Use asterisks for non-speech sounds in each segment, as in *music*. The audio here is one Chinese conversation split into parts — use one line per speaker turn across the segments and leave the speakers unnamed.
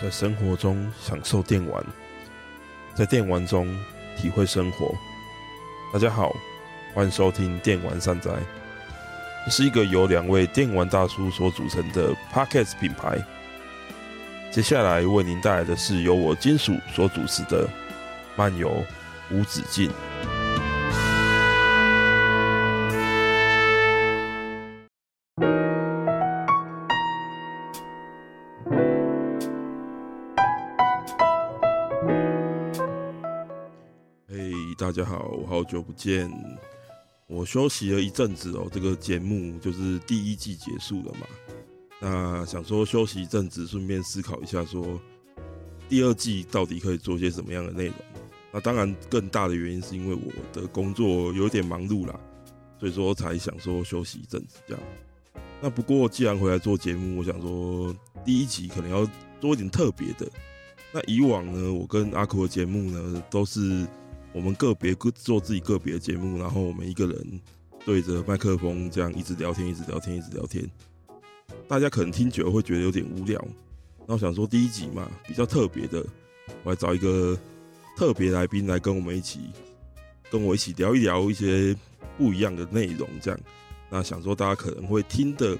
在生活中享受电玩，在电玩中体会生活。大家好，欢迎收听《电玩善哉》，这是一个由两位电玩大叔所组成的 Podcast 品牌。接下来为您带来的是由我金属所主持的《漫游无止境》。嘿，大家好，好久不见。我休息了一阵子哦，这个节目就是第一季结束了嘛。那想说休息一阵子，顺便思考一下，说第二季到底可以做些什么样的内容。那当然，更大的原因是因为我的工作有点忙碌啦，所以说才想说休息一阵子这样。那不过既然回来做节目，我想说第一集可能要做一点特别的。那以往呢，我跟阿酷的节目呢都是我们个别各做自己个别的节目，然后我们一个人对着麦克风这样一直聊天，一直聊天，一直聊天。大家可能听久了会觉得有点无聊，那我想说第一集嘛比较特别的，我来找一个特别来宾来跟我们一起，跟我一起聊一聊一些不一样的内容，这样。那想说大家可能会听的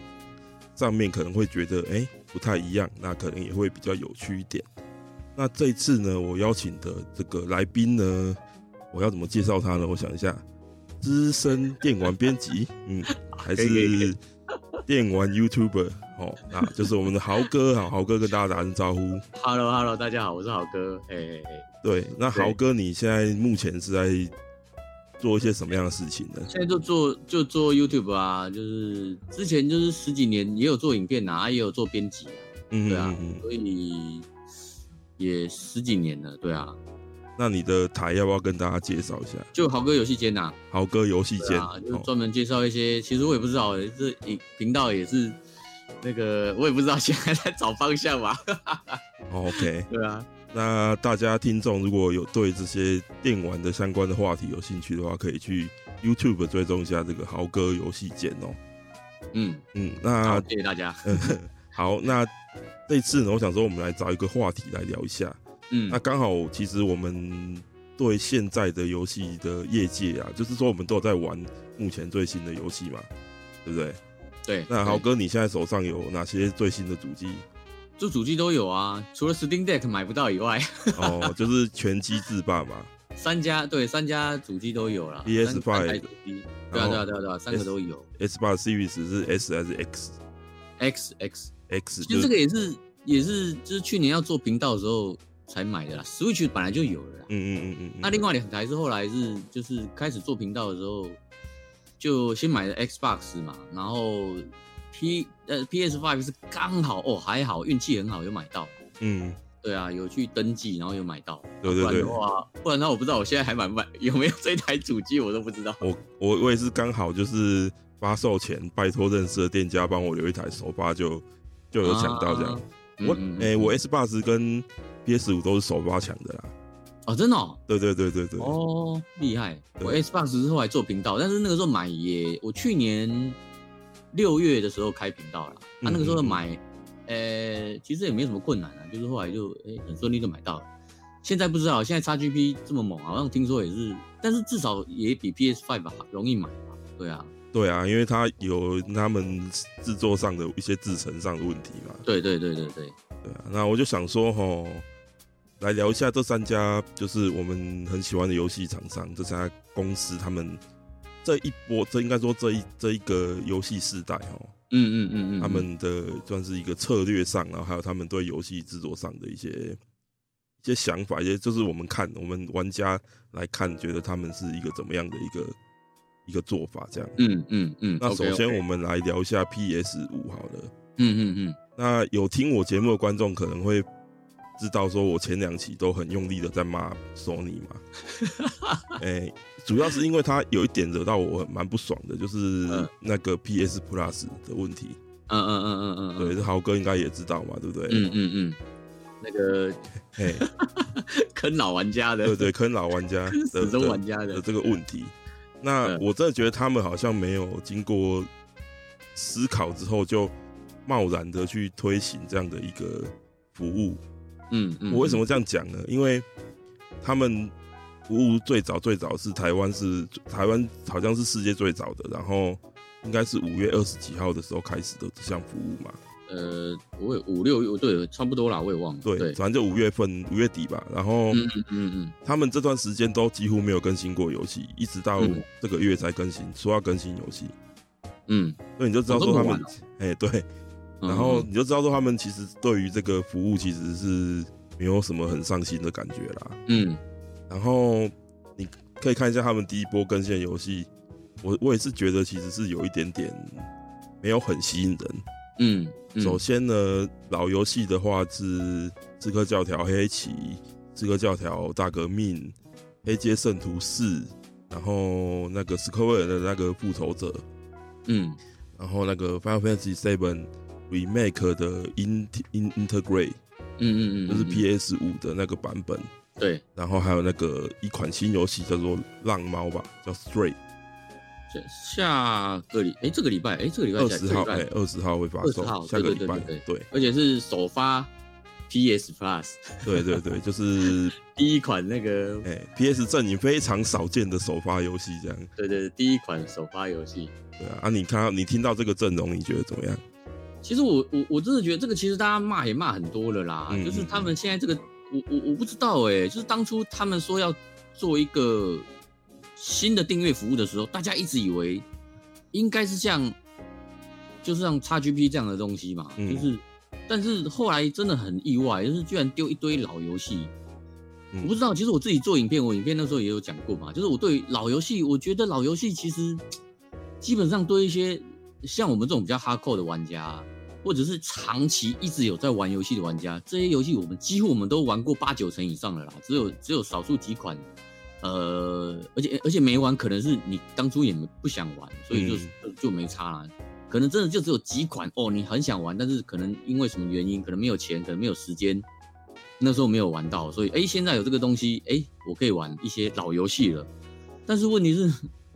上面可能会觉得哎、诶不太一样，那可能也会比较有趣一点。那这一次呢，我邀请的这个来宾呢，我要怎么介绍他呢？我想一下，资深电玩编辑，
*laughs*
嗯，还
可以可以可
是电玩 YouTuber 哦，那就是我们的豪哥，好，豪哥跟大家打声招呼。
Hello Hello，大家好，我是豪哥。哎、嘿嘿
对，那
对
豪哥，你现在目前是在做一些什么样的事情呢？
现在就做就做 YouTube 啊，就是之前就是十几年也有做影片啊，也有做编辑啊，
嗯
对啊，
嗯嗯
所以也十几年了，对啊，
那你的台要不要跟大家介绍一下？
就豪哥游戏间呐、啊，
豪哥游戏
对
间，
啊，就是
哦
专门介绍一些，其实我也不知道这影频道也是那个我也不知道现在在找方
*laughs*
向嘛，
哦，OK。
对啊，
那大家听众如果有对这些电玩的相关的话题有兴趣的话，可以去 YouTube 追踪一下这个豪哥游戏间哦。
嗯，
嗯，
好，
那呃
谢谢大家，
好，那这次呢，我想说我们来找一个话题来聊一下。
嗯
那刚好，其实我们对现在的游戏的业界啊，就是说我们都有在玩目前最新的游戏嘛，对不对？
对，
那豪
对
哥，你现在手上有哪些最新的主
*laughs*
机？
做主机都有啊，除了 Steam Deck 买不到以外。
哦，就是全机制霸嘛。
三家对三家主机都有啦
PS5
三三台主机，对
然
啊
后
对啊对啊对啊，三个都有。
S 八 Series 是 S 还是
X X，
X？X
其
就是
实这个也是也是就是去年要做频道的时候才买的啦，Switch 本来就有了啦。
嗯嗯嗯嗯嗯。
那另外两台是后来是就是开始做频道的时候，就先买了 Xbox 嘛，然后 P 呃 PS Five 是刚好哦还好运气很好有买到，
嗯，
对啊有去登记然后有买到，
对
啊不
对
然
对
的，话不然的话我不知道我现在还买不买有没有这台主机我都不知道。
我我我也是刚好就是发售前拜托认识的店家帮我留一台手把就就有抢到这样。
啊
我
嗯嗯嗯
诶、我 S 八十跟 PS 五都是手把抢的啦。
哦，真的哦，
对对对对对，
哦，厉害！
对
我 Xbox 是后来做频道，但是那个时候买也，我去年六月的时候开频道了，他、
嗯
那个时候买，呃，其实也没什么困难啊，就是后来就哎、很顺利就买到了。现在不知道，现在 XGP 这么猛，好像听说也是，但是至少也比 PS Five 好容易买吧？对啊，
对啊，因为它有他们制作上的一些制成上的问题嘛。
对对对对对，
对啊，那我就想说吼，来聊一下这三家就是我们很喜欢的游戏厂商，这三家公司他们这一波，这应该说这一这一个游戏世代哦，
嗯嗯嗯嗯，
他们的算是一个策略上，然后还有他们对游戏制作上的一些一些想法，一些就是我们看我们玩家来看，觉得他们是一个怎么样的一个一个做法这样。
嗯嗯嗯，
那首先我
们，
们来聊一下 PS 五好了。
嗯嗯嗯，
那有听我节目的观众可能会知道，说我前两期都很用力的在骂索尼
*laughs*
嘛，哎、主要是因为它有一点惹到我蛮不爽的，就是
嗯
那个 PS Plus 的问题。
嗯嗯嗯嗯嗯，
对，，这豪哥应该也知道嘛，对不对？
嗯嗯嗯，那个 *laughs*
嘿，
坑老玩家的，
对对，坑老玩家
*laughs* 坑
的
死忠
的
玩家的
的这个问题。那
嗯
我真的觉得他们好像没有经过思考之后就贸然的去推行这样的一个服务，
嗯嗯，
我为什么这样讲呢？因为他们服务最早最早是台湾是台湾好像是世界最早的，然后应该是五月二十几号的时候开始的这项服务嘛。
呃，我也五六对，差不多啦，我也忘了。
对，
对，
反正就五月份五月底吧。然后
嗯嗯嗯嗯，
他们这段时间都几乎没有更新过游戏，一直到
嗯
这个月才更新，说要更新游戏，
嗯，
所以你就知道
哦
说他
这么晚
们，哎、对，
嗯
然后你就知道说他们其实对于这个服务其实是没有什么很上心的感觉啦。
嗯
然后你可以看一下他们第一波更新的游戏，我我也是觉得其实是有一点点没有很吸引人。
嗯嗯，
首先呢，老游戏的话是《刺客教条：黑旗》《刺客教条：大革命》《黑街圣徒四》，然后那个斯科威尔的那个《复仇者》，
嗯
然后那个《Final Fantasy Seven Remake》的 In In Integrate，
嗯嗯嗯，
就是
嗯
PS 五的那个版本。
对，
然后还有那个一款新游戏叫做《浪猫》吧，叫 Stray，
下下个礼哎，这个礼拜哎，这个礼拜
二
下
十号，
这个
哎
礼，拜
二十号会发售
20号，
下个礼拜，
对
对
而且是首发 PS Plus
对对对，就是
第一款那个，
哎 PS 阵营非常少见的首发游戏这样，
对对，对第一款首发游戏。
对啊，啊你看到你听到这个阵容，你觉得怎么样？
其实我我我真的觉得这个其实大家骂也骂很多了啦，
嗯
就是他们现在这个，我我我不知道哎、就是当初他们说要做一个新的订阅服务的时候，大家一直以为应该是像就是像 XGP 这样的东西嘛，
嗯
就是但是后来真的很意外，就是居然丢一堆老游戏。
嗯
我不知道，其实我自己做影片，我影片那时候也有讲过嘛，就是我对老游戏，我觉得老游戏其实基本上对一些像我们这种比较哈扣的玩家，啊或者是长期一直有在玩游戏的玩家，这些游戏我们几乎我们都玩过八九成以上了啦，只有只有少数几款，呃，而且而且没玩，可能是你当初也没不想玩，所以就、就就没差啦。可能真的就只有几款哦，你很想玩，但是可能因为什么原因，可能没有钱，可能没有时间，那时候没有玩到，所以哎，现在有这个东西，哎，我可以玩一些老游戏了。但是问题是，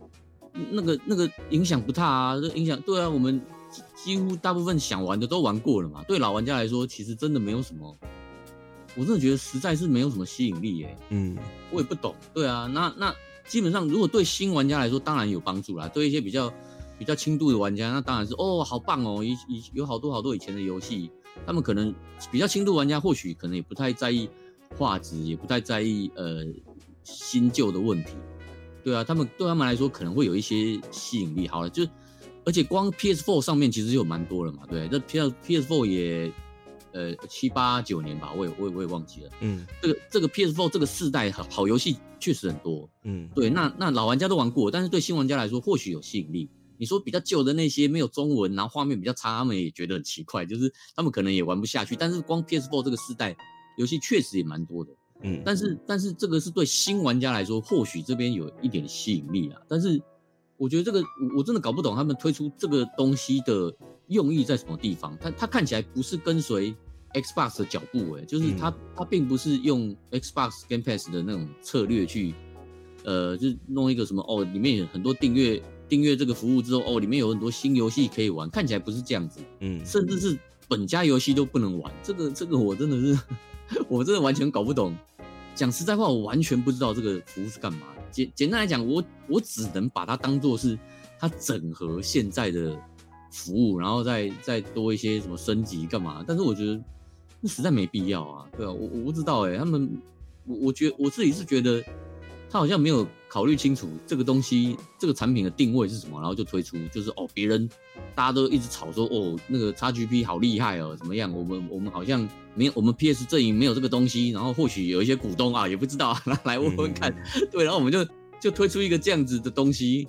*laughs* 那个那个影响不大啊，这影响对啊，我们几几乎大部分想玩的都玩过了嘛。对老玩家来说，其实真的没有什么，我真的觉得实在是没有什么吸引力耶、
嗯
我也不懂。对啊，那那基本上如果对新玩家来说，当然有帮助啦。对一些比较比较轻度的玩家，那当然是哦，好棒哦，以以有好多好多以前的游戏，他们可能比较轻度玩家，或许可能也不太在意画质，也不太在意呃新旧的问题。对啊，他们对他们来说可能会有一些吸引力。好了，就是而且光 PS4 上面其实就有蛮多了嘛，对，这 P PS4 也呃七八九年吧，我也我也我也忘记了。
嗯
这个这个 PS4 这个世代好好游戏确实很多，
嗯，
对，那那老玩家都玩过，但是对新玩家来说或许有吸引力。你说比较旧的那些没有中文，然后画面比较差，他们也觉得很奇怪，就是他们可能也玩不下去。但是光 PS4 这个世代游戏确实也蛮多的，
嗯，
但是但是这个是对新玩家来说，或许这边有一点吸引力啊。但是我觉得这个我我真的搞不懂他们推出这个东西的用意在什么地方。它它看起来不是跟随 Xbox 的脚步、欸，就是它、它并不是用 Xbox Game Pass 的那种策略去，呃，就是弄一个什么哦，里面有很多订阅订阅这个服务之后，哦，里面有很多新游戏可以玩，看起来不是这样子。
嗯
甚至是本家游戏都不能玩。这个这个我真的是， *laughs* 我真的完全搞不懂。讲实在话，我完全不知道这个服务是干嘛的。简简单来讲，我我只能把它当做是它整合现在的服务，然后再再多一些什么升级干嘛。但是我觉得那实在没必要啊，对啊，我我不知道哎、他们我我觉我自己是觉得他好像没有考虑清楚这个东西这个产品的定位是什么，然后就推出，就是哦别人大家都一直吵说哦那个 XGP 好厉害哦怎么样，我们我们好像没有我们 PS 阵营没有这个东西，然后或许有一些股东啊也不知道啊 *laughs* 来来
嗯
问问看，对，然后我们就就推出一个这样子的东西，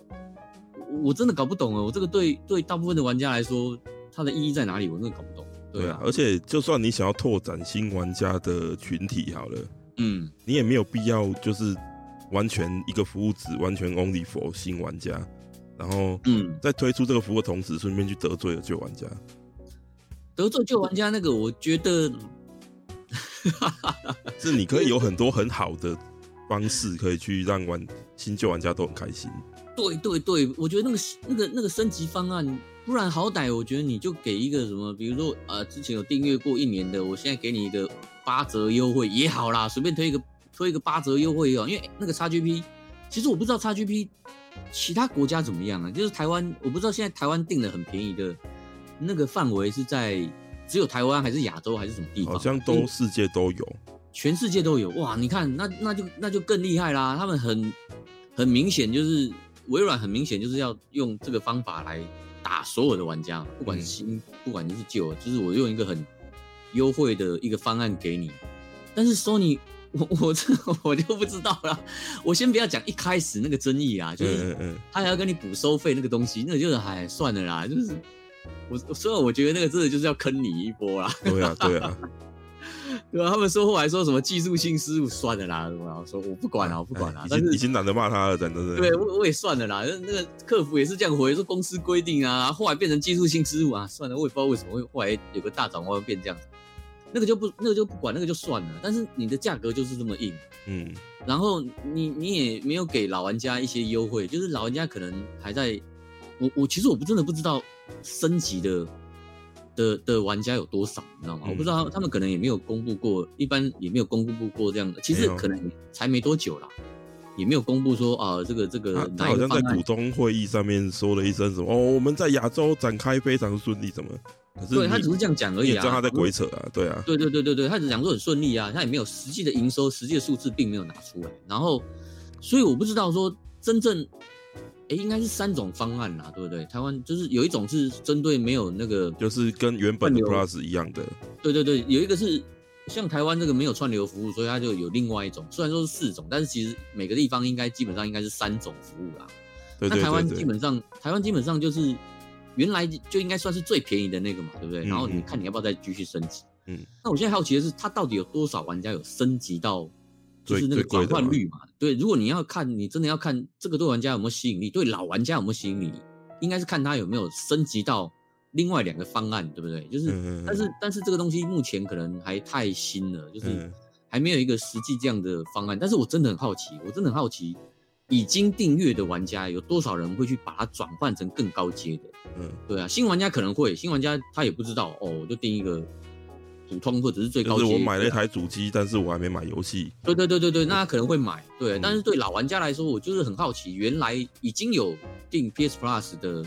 我我真的搞不懂哦，我这个对对大部分的玩家来说它的意义在哪里，我真的搞不懂。
对啊
啊，，
而且就算你想要拓展新玩家的群体好了，
嗯
你也没有必要就是完全一个服务只完全 only for 新玩家，然后
嗯。
在推出这个服务的同时，顺便去得罪了旧玩家。
得罪旧玩家那个，我觉得，
是你可以有很多很好的方式，可以去让玩新旧玩家都很开心。
对对对，我觉得那个那个那个升级方案，不然好歹我觉得你就给一个什么，比如说呃，之前有订阅过一年的，我现在给你一个八折优惠也好啦，随便推一个推一个八折优惠也好，因为那个 XGP，其实我不知道 XGP 其他国家怎么样啊，就是台湾我不知道现在台湾定的很便宜的那个范围是在只有台湾还是亚洲还是什么地方，
好像
因为
都世界都有，
全世界都有哇！你看，那那就那就更厉害啦。他们很很明显就是微软，很明显就是要用这个方法来打所有的玩家，不管是新，不管是旧，就是我用一个很优惠的一个方案给你。但是 Sony，我我这我就不知道啦。我先不要讲一开始那个争议啊，就是
嗯嗯嗯，
他还要跟你补收费那个东西，那个就是哎算了啦，就是我虽然我觉得那个真的就是要坑你一波啦。
对
*laughs*
啊对啊，
对啊，他们说后来说什么技术性失误，算了啦，我说我不管了，我啊不管了
哎。已
但
经已
是
经懒得骂他了，真的是，
对我我也算了啦，那那个客服也是这样回，说公司规定啊，后来变成技术性失误啊，算了，我也不知道为什么会后来有个大转弯会变这样子，那个就不那个就不管那个就算了，但是你的价格就是这么硬，
嗯，
然后你你也没有给老玩家一些优惠，就是老玩家可能还在，我我其实我不真的不知道升级的的的玩家有多少，你知道吗？
嗯
我不知道他们可能也没有公布过，一般也没有公布过这样的，其实
没有
可能才没多久啦，也没有公布说啊这个这
他
个
他
哪
好
一
像
个方
在
案
股东会议上面说了一声什么，哦，我们在亚洲展开非常顺利，怎么？可是
对他
你
只是这样讲而
你
已
也
啊，
知道他在鬼扯啊，对啊，
对对对对对，他只讲说很顺利啊，他也没有实际的营收，实际的数字并没有拿出来。然后，所以我不知道说真正，哎，应该是三种方案啦，对不对？台湾就是有一种是针对没有那个，
就是跟原本的
换流
Plus 一样的，
对对对，有一个是像台湾这个没有串流服务，所以它就有另外一种，虽然说是四种，但是其实每个地方应该基本上应该是三种服务啦。
对对
那台湾
对
基
对，
本上，台湾基本上就是原来就应该算是最便宜的那个嘛，对不对？
嗯
然后你
嗯
看你要不要再继续升级？
嗯，
那我现在好奇的是，它到底有多少玩家有升级到就
最
是那个
最贵
转
的
换
吗
率嘛？对，如果你要看，你真的要看这个对玩家有没有吸引力，对老玩家有没有吸引力，应该是看他有没有升级到另外两个方案，对不对？就是，
嗯嗯嗯
但是但是这个东西目前可能还太新了，就是。
嗯，
还没有一个实际这样的方案。但是我真的很好奇，我真的很好奇，已经订阅的玩家有多少人会去把它转换成更高阶的？
嗯，
对啊，新玩家可能会，新玩家他也不知道哦，我就订一个普通或者是最高
就
阶。啊
是我买了一台主机，但是我还没买游戏，
对对对对对，那他可能会买，对。
嗯
但是对老玩家来说，我就是很好奇，原来已经有订 PS Plus 的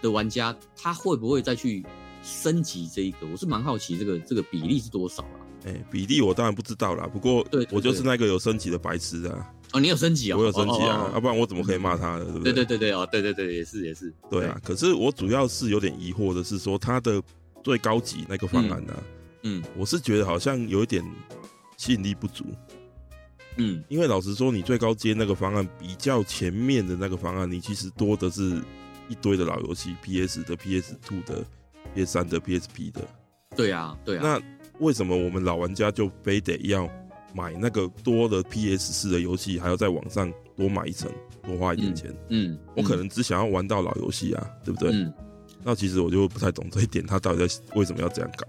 的玩家，他会不会再去升级这一个？我是蛮好奇这个这个比例是多少啊？
哎、比例我当然不知道啦，不过
对对
我就是那个有升级的白痴啊，
哦，你有升级啊、哦？
我有升级
哦哦
啊
哦，
要、不然我怎么可以骂他呢？对不对
对对对对哦，对对对，也是也是，
对啊，可是我主要是有点疑惑的是说，它的最高级那个方案呢、啊，
嗯
我是觉得好像有一点吸引力不足，
嗯，
因为老实说，你最高阶那个方案比较前面的那个方案，你其实多的是一堆的老游戏，PS 的、PS Two 的、PS 三的、PSP 的。
对啊对啊，
那为什么我们老玩家就非得要买那个多的 PS 四的游戏，还要在网上多买一层，多花一点钱？
嗯，
我可能只想要玩到老游戏啊，对不对？
嗯，
那其实我就不太懂这一点，他到底在为什么要这样搞？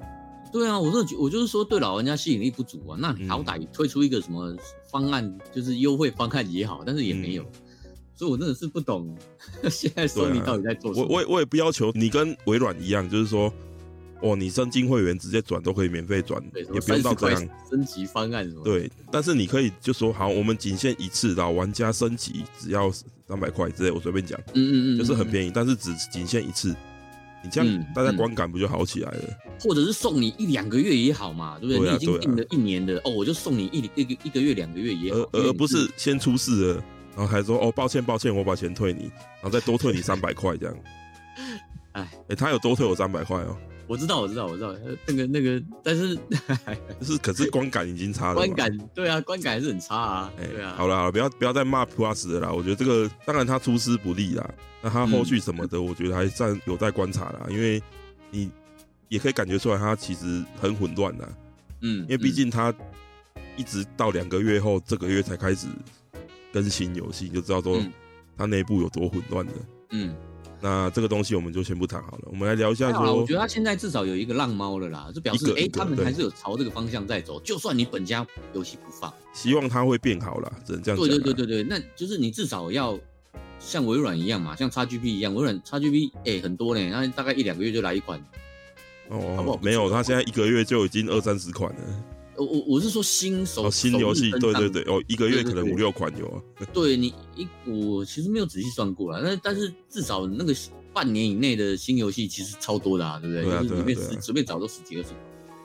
对啊，我是觉我就是说对老玩家吸引力不足啊，那你
嗯
好歹推出一个什么方案，就是优惠方案也好，但是也没有，所以我真的是不懂现在索
嗯
尼
对啊
到底在做什
我
么。
我也我也不要求你跟微软一样，就是说，哦，你申请会员直接转都可以免费转，
对，什
也
么
不用
三
到
十
这
块
样。
升级方案什么的？
对，但是你可以就说好，我们仅限一次，老玩家升级只要三百块之类，我随便讲，
嗯，嗯嗯嗯，
就是很
宜，
便宜，但是只仅限一次。你这
嗯
样大家
嗯
观感不就好起来了？
或者是送你一两个月也好嘛，对不对？
对啊
你已经
对啊
订了一年的哦，我就送你一一个一个月两个月也好
而，
因为
呃而
你
不是先出事了，然后还说哦抱歉抱歉，我把钱退你，然后再多退你三百块这样。
*laughs* 哎
诶，他有多退我三百块哦，
我知道我知道我知道呃那个那个，但是
就是可是观感已经差了嘛。
观感对啊，观感还是很差啊，
哎、
对啊，
好啦，好啦不要不要再骂 Plus 了啦。我觉得这个当然他出师不利啦，那他后续什么
嗯
的，我觉得还暂有待观察啦。因为你也可以感觉出来，他其实很混乱啦。
嗯，
因为毕
嗯
竟他一直到两个月后，这个月才开始更新游戏，你就知道说
嗯
它内部有多混乱的。
嗯，
那这个东西我们就先不谈好了，我们来聊一下
还好啦，啊我
说
觉，得他现在至少有一个浪猫了啦，就表示
一个
哎、
一个
他们
对
还是有朝这个方向在走。就算你本家游戏不放，
希望它会变好啦，只能这样讲
对
啦。
对对对对，那就是你至少要像微软一样嘛，像 XGP 一样，微软 XGP 哎、很多呢，那大概一两个月就来一款，好不好
哦
不，错
没有，他现在一个月就已经二三十款了。
我我我是说新手、
哦，新游戏，
首日
对
登
对
上
对，哦，一个月
对对
可能
对
五六款有啊，
对你一我其实没有仔细算过啦，那但是至少那个半年以内的新游戏其实超多的啊，对不对？
对啊
就是
对啊
里面
对啊
随、随便找都十几二十。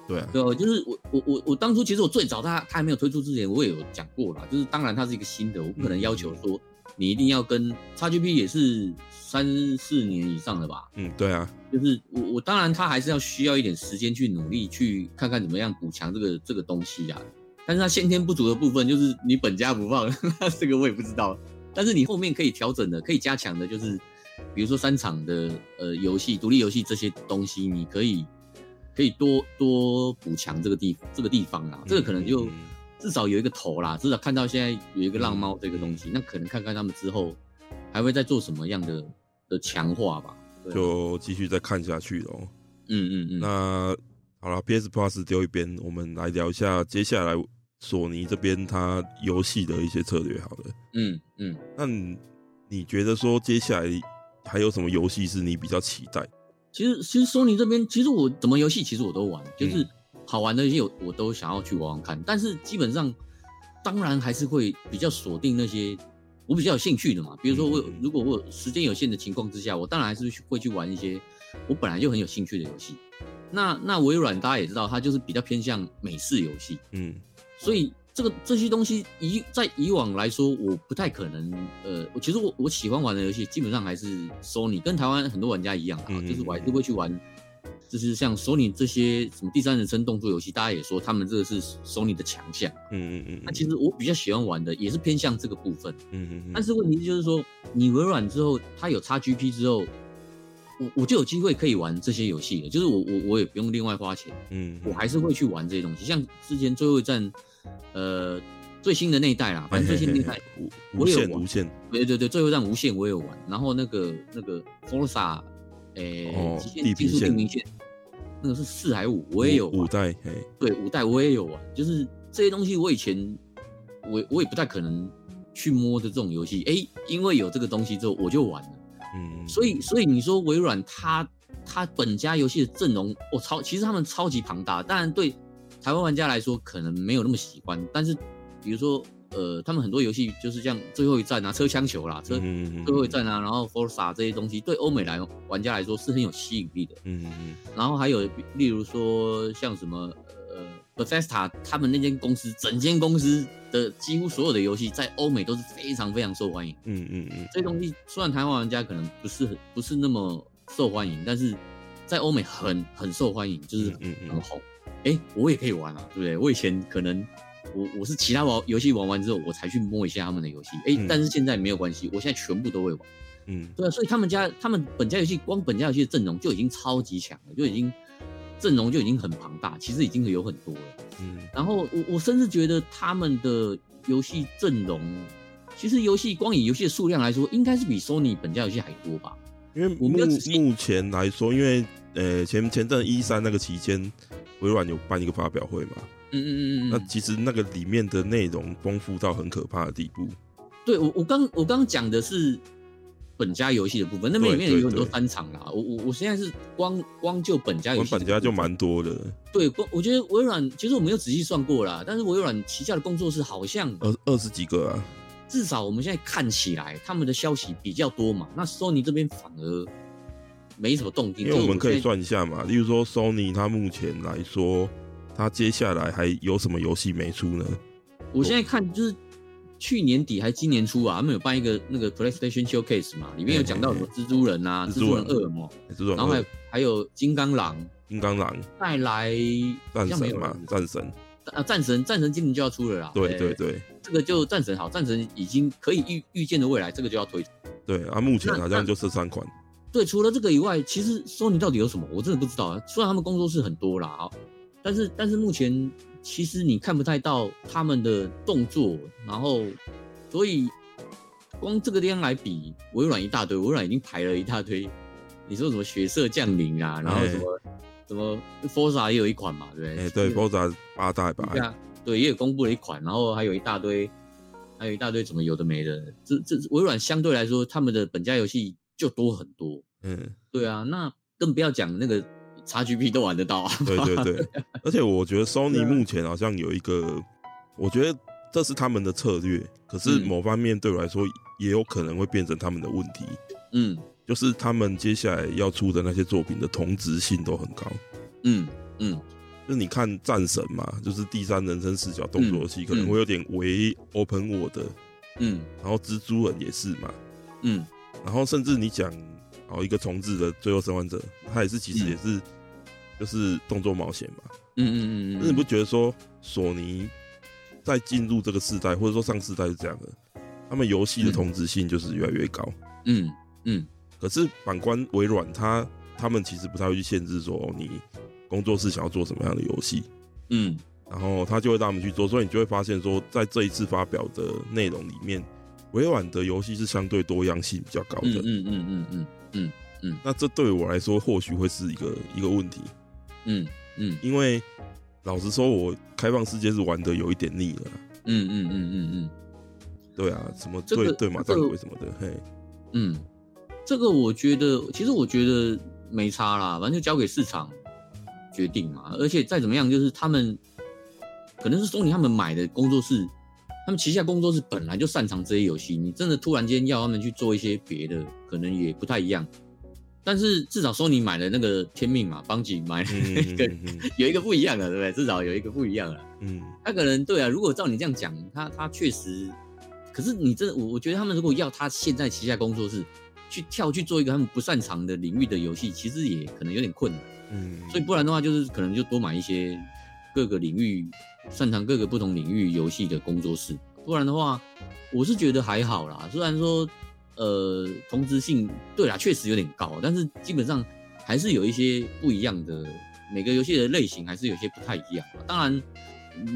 对啊，
对哦，就是我我我我当初其实我最早它它还没有推出之前，我也有讲过啦，就是当然它是一个新的，我
嗯
不可能要求说你一定要跟 XGP 也是三四年以上的吧，
嗯，对啊，
就是我我当然他还是要需要一点时间去努力去看看怎么样补强这个这个东西啊。但是他先天不足的部分就是你本家不放， *laughs* 这个我也不知道。但是你后面可以调整的、可以加强的，就是比如说三场的呃游戏、独立游戏这些东西，你可以可以多多补强这个地这个地方啊。这个可能就
嗯嗯
至少有一个头啦，至少看到现在有一个浪猫这个东西，那可能看看他们之后还会再做什么样的的强化吧。对啊
就继续再看下去喽。
嗯嗯嗯，
那好了，PS Plus 丢一边，我们来聊一下接下来索尼这边它游戏的一些策略好了。
嗯，嗯，
那你你觉得说接下来还有什么游戏是你比较期待？
其实其实索尼这边，其实我怎么游戏其实我都玩，就是
嗯
好玩的游戏我我都想要去玩玩看，但是基本上当然还是会比较锁定那些我比较有兴趣的嘛，比如说我有
嗯嗯嗯
如果我有时间有限的情况之下，我当然还是去会去玩一些我本来就很有兴趣的游戏。那那微软大家也知道，它就是比较偏向美式游戏，
嗯
所以这个这些东西以在以往来说，我不太可能。呃，我其实我我喜欢玩的游戏，基本上还是 Sony，跟台湾很多玩家一样啊，
嗯
就是我还是会去玩。就是像 Sony 这些什么第三人称动作游戏，大家也说他们这个是 Sony 的强项。
嗯嗯嗯
那其实我比较喜欢玩的也是偏向这个部分，
嗯嗯
但是问题就是说，你微软之后，它有 XGP 之后，我我就有机会可以玩这些游戏了，就是我我我也不用另外花钱。
嗯
我还是会去玩这些东西。像之前最后一战，呃，最新的那一代啦，反
嘿嗯嘿
正最新的那
嘿
一代
嘿，无
我
无
有
限
玩
无限
*laughs* 对对对，最后一战无限我也有玩。然后那个那个 Forza，诶、
哦
极
地
限
平
技术
线
定明线，那个是四还五，我也有
五五
玩。
代，嘿，
对，五代我也有玩，就是这些东西我以前我我也不太可能去摸的这种游戏，诶、因为有这个东西之后我就玩了。
嗯，
所以，所以你说微软它它本家游戏的阵容，哦，超其实他们超级庞大，当然对台湾玩家来说可能没有那么喜欢，但是比如说呃，他们很多游戏就是像《最后一战》啊，《车枪球》啦，《车、
嗯
最后一，战》啊，然后《Forza》这些东西，对欧美来玩家来说是很有吸引力的。
嗯嗯
然后还有比例如说像什么呃 Bethesda 他们那间公司，整间公司的几乎所有的游戏在欧美都是非常非常受欢迎。
嗯嗯嗯
这东西虽然台湾玩家可能不是很不是那么受欢迎，但是在欧美很很受欢迎，就是
嗯嗯嗯
很红。哎、我也可以玩啊，对不对？我以前可能我我是其他玩游戏玩完之后，我才去摸一下他们的游戏，哎、
嗯
但是现在没有关系，我现在全部都会玩。
嗯
对啊，所以他们家他们本家游戏光本家游戏的阵容就已经超级强了，就已经阵容就已经很庞大，其实已经有很多了。
嗯
然后我我甚至觉得他们的游戏阵容，其实游戏光以游戏的数量来说，应该是比 Sony 本家游戏还多吧？
因为
我
目
们要仔细
目前来说，因为呃前前阵一三那个期间，微软有办一个发表会嘛，
嗯嗯嗯
那
嗯。
其实那个里面的内容丰富到很可怕的地步，
对我我刚我刚讲的是本家游戏的部分，那
对
边里面
对
有很多
对
翻场啦。我我我现在是光光就本家
我
游
们
戏，
本家就蛮多的，
对。光我觉得微软其实我没有仔细算过啦，但是微软旗下的工作室好像
二二十几个啊，
至少我们现在看起来他们的消息比较多嘛。那 Sony 这边反而没什么动静，
因为我们可以
算。
算一下嘛，例如说 Sony 它目前来说，它接下来还有什么游戏没出呢？
我现在看就是去年底还今年初啊，他们有办一个那个 PlayStation Showcase 嘛，里面有讲到什么蜘蛛人啊、
嗯嗯嗯
蜘蛛人二嘛，
这种
然后还有还有金刚狼，
金刚狼、
再来好
战
像没
神
有
嘛，战神，
啊战神战神今年就要出了啦，
对
哎
对，对
这个就战神好，战神已经可以预预见的未来，这个就要推出。
对啊，目前
那
好像就这三款，
对，除了这个以外，其实索尼到底有什么，我真的不知道啊。虽然他们工作室很多啦，好但是但是目前其实你看不太到他们的动作，然后所以光这个地方来比，微软一大堆，微软已经排了一大堆。你说什么血色降临啊，然后什么、什么 Forza 也有一款嘛，对不对？
哎，对
就是
，BOSS 八代吧，
对啊，对，也有公布了一款，然后还有一大堆，还有一大堆什么有的没的。这这微软相对来说，他们的本家游戏就多很多。
嗯
对啊，那更不要讲那个 XGP 都玩得到啊。
*laughs* 对对对，而且我觉得
啊
Sony 目前好像有一个，我觉得这是他们的策略，可是
嗯
某方面对我来说也有可能会变成他们的问题，
*laughs* 嗯
就是他们接下来要出的那些作品的同质性都很高。
嗯嗯，
就是你看《战神》嘛，就是第三人称视角动作戏，
嗯
可能会有点为 open 我的，
嗯
然后蜘蛛人也是嘛，
嗯
然后甚至你讲好一个重置的《最后生还者》，它也是其实
嗯
也是、就是动作冒险嘛，
嗯嗯嗯嗯，
那你不觉得说索尼在进入这个世代，或者说上世代是这样的，他们游戏的同质性就是越来越高。
嗯
可是反观微软，它他们其实不太会去限制说、哦、你工作室想要做什么样的游戏，
嗯
然后他就会让他们去做，所以你就会发现说，在这一次发表的内容里面，微软的游戏是相对多样性比较高
嗯
的。
嗯嗯嗯嗯
那这对我来说或许会是一个一个问题，
嗯嗯
因为老实说，我开放世界是玩的有一点腻了啦。啊
嗯嗯嗯嗯
对啊，什么
这
对
个
对马
这
战
个
鬼什么的，嘿，
嗯，这个我觉得，其实我觉得没差啦，反正就交给市场决定嘛。而且再怎么样，就是他们可能是索尼他们买的工作室，他们旗下工作室本来就擅长这些游戏，你真的突然间要他们去做一些别的，可能也不太一样。但是至少索尼买了那个天命嘛，邦吉买了
嗯
*laughs* 那个、
嗯嗯
有一个不一样的，对不对？至少有一个不一样的。
嗯嗯
他可能对啊，如果照你这样讲，他他确实，可是你真的，我我觉得他们如果要他现在旗下工作室去跳去做一个他们不擅长的领域的游戏，其实也可能有点困难。
嗯，
所以不然的话，就是可能就多买一些各个领域擅长各个不同领域游戏的工作室。不然的话，我是觉得还好啦。虽然说，呃，同质性对啦，确实有点高，但是基本上还是有一些不一样的，每个游戏的类型还是有些不太一样。啊当然，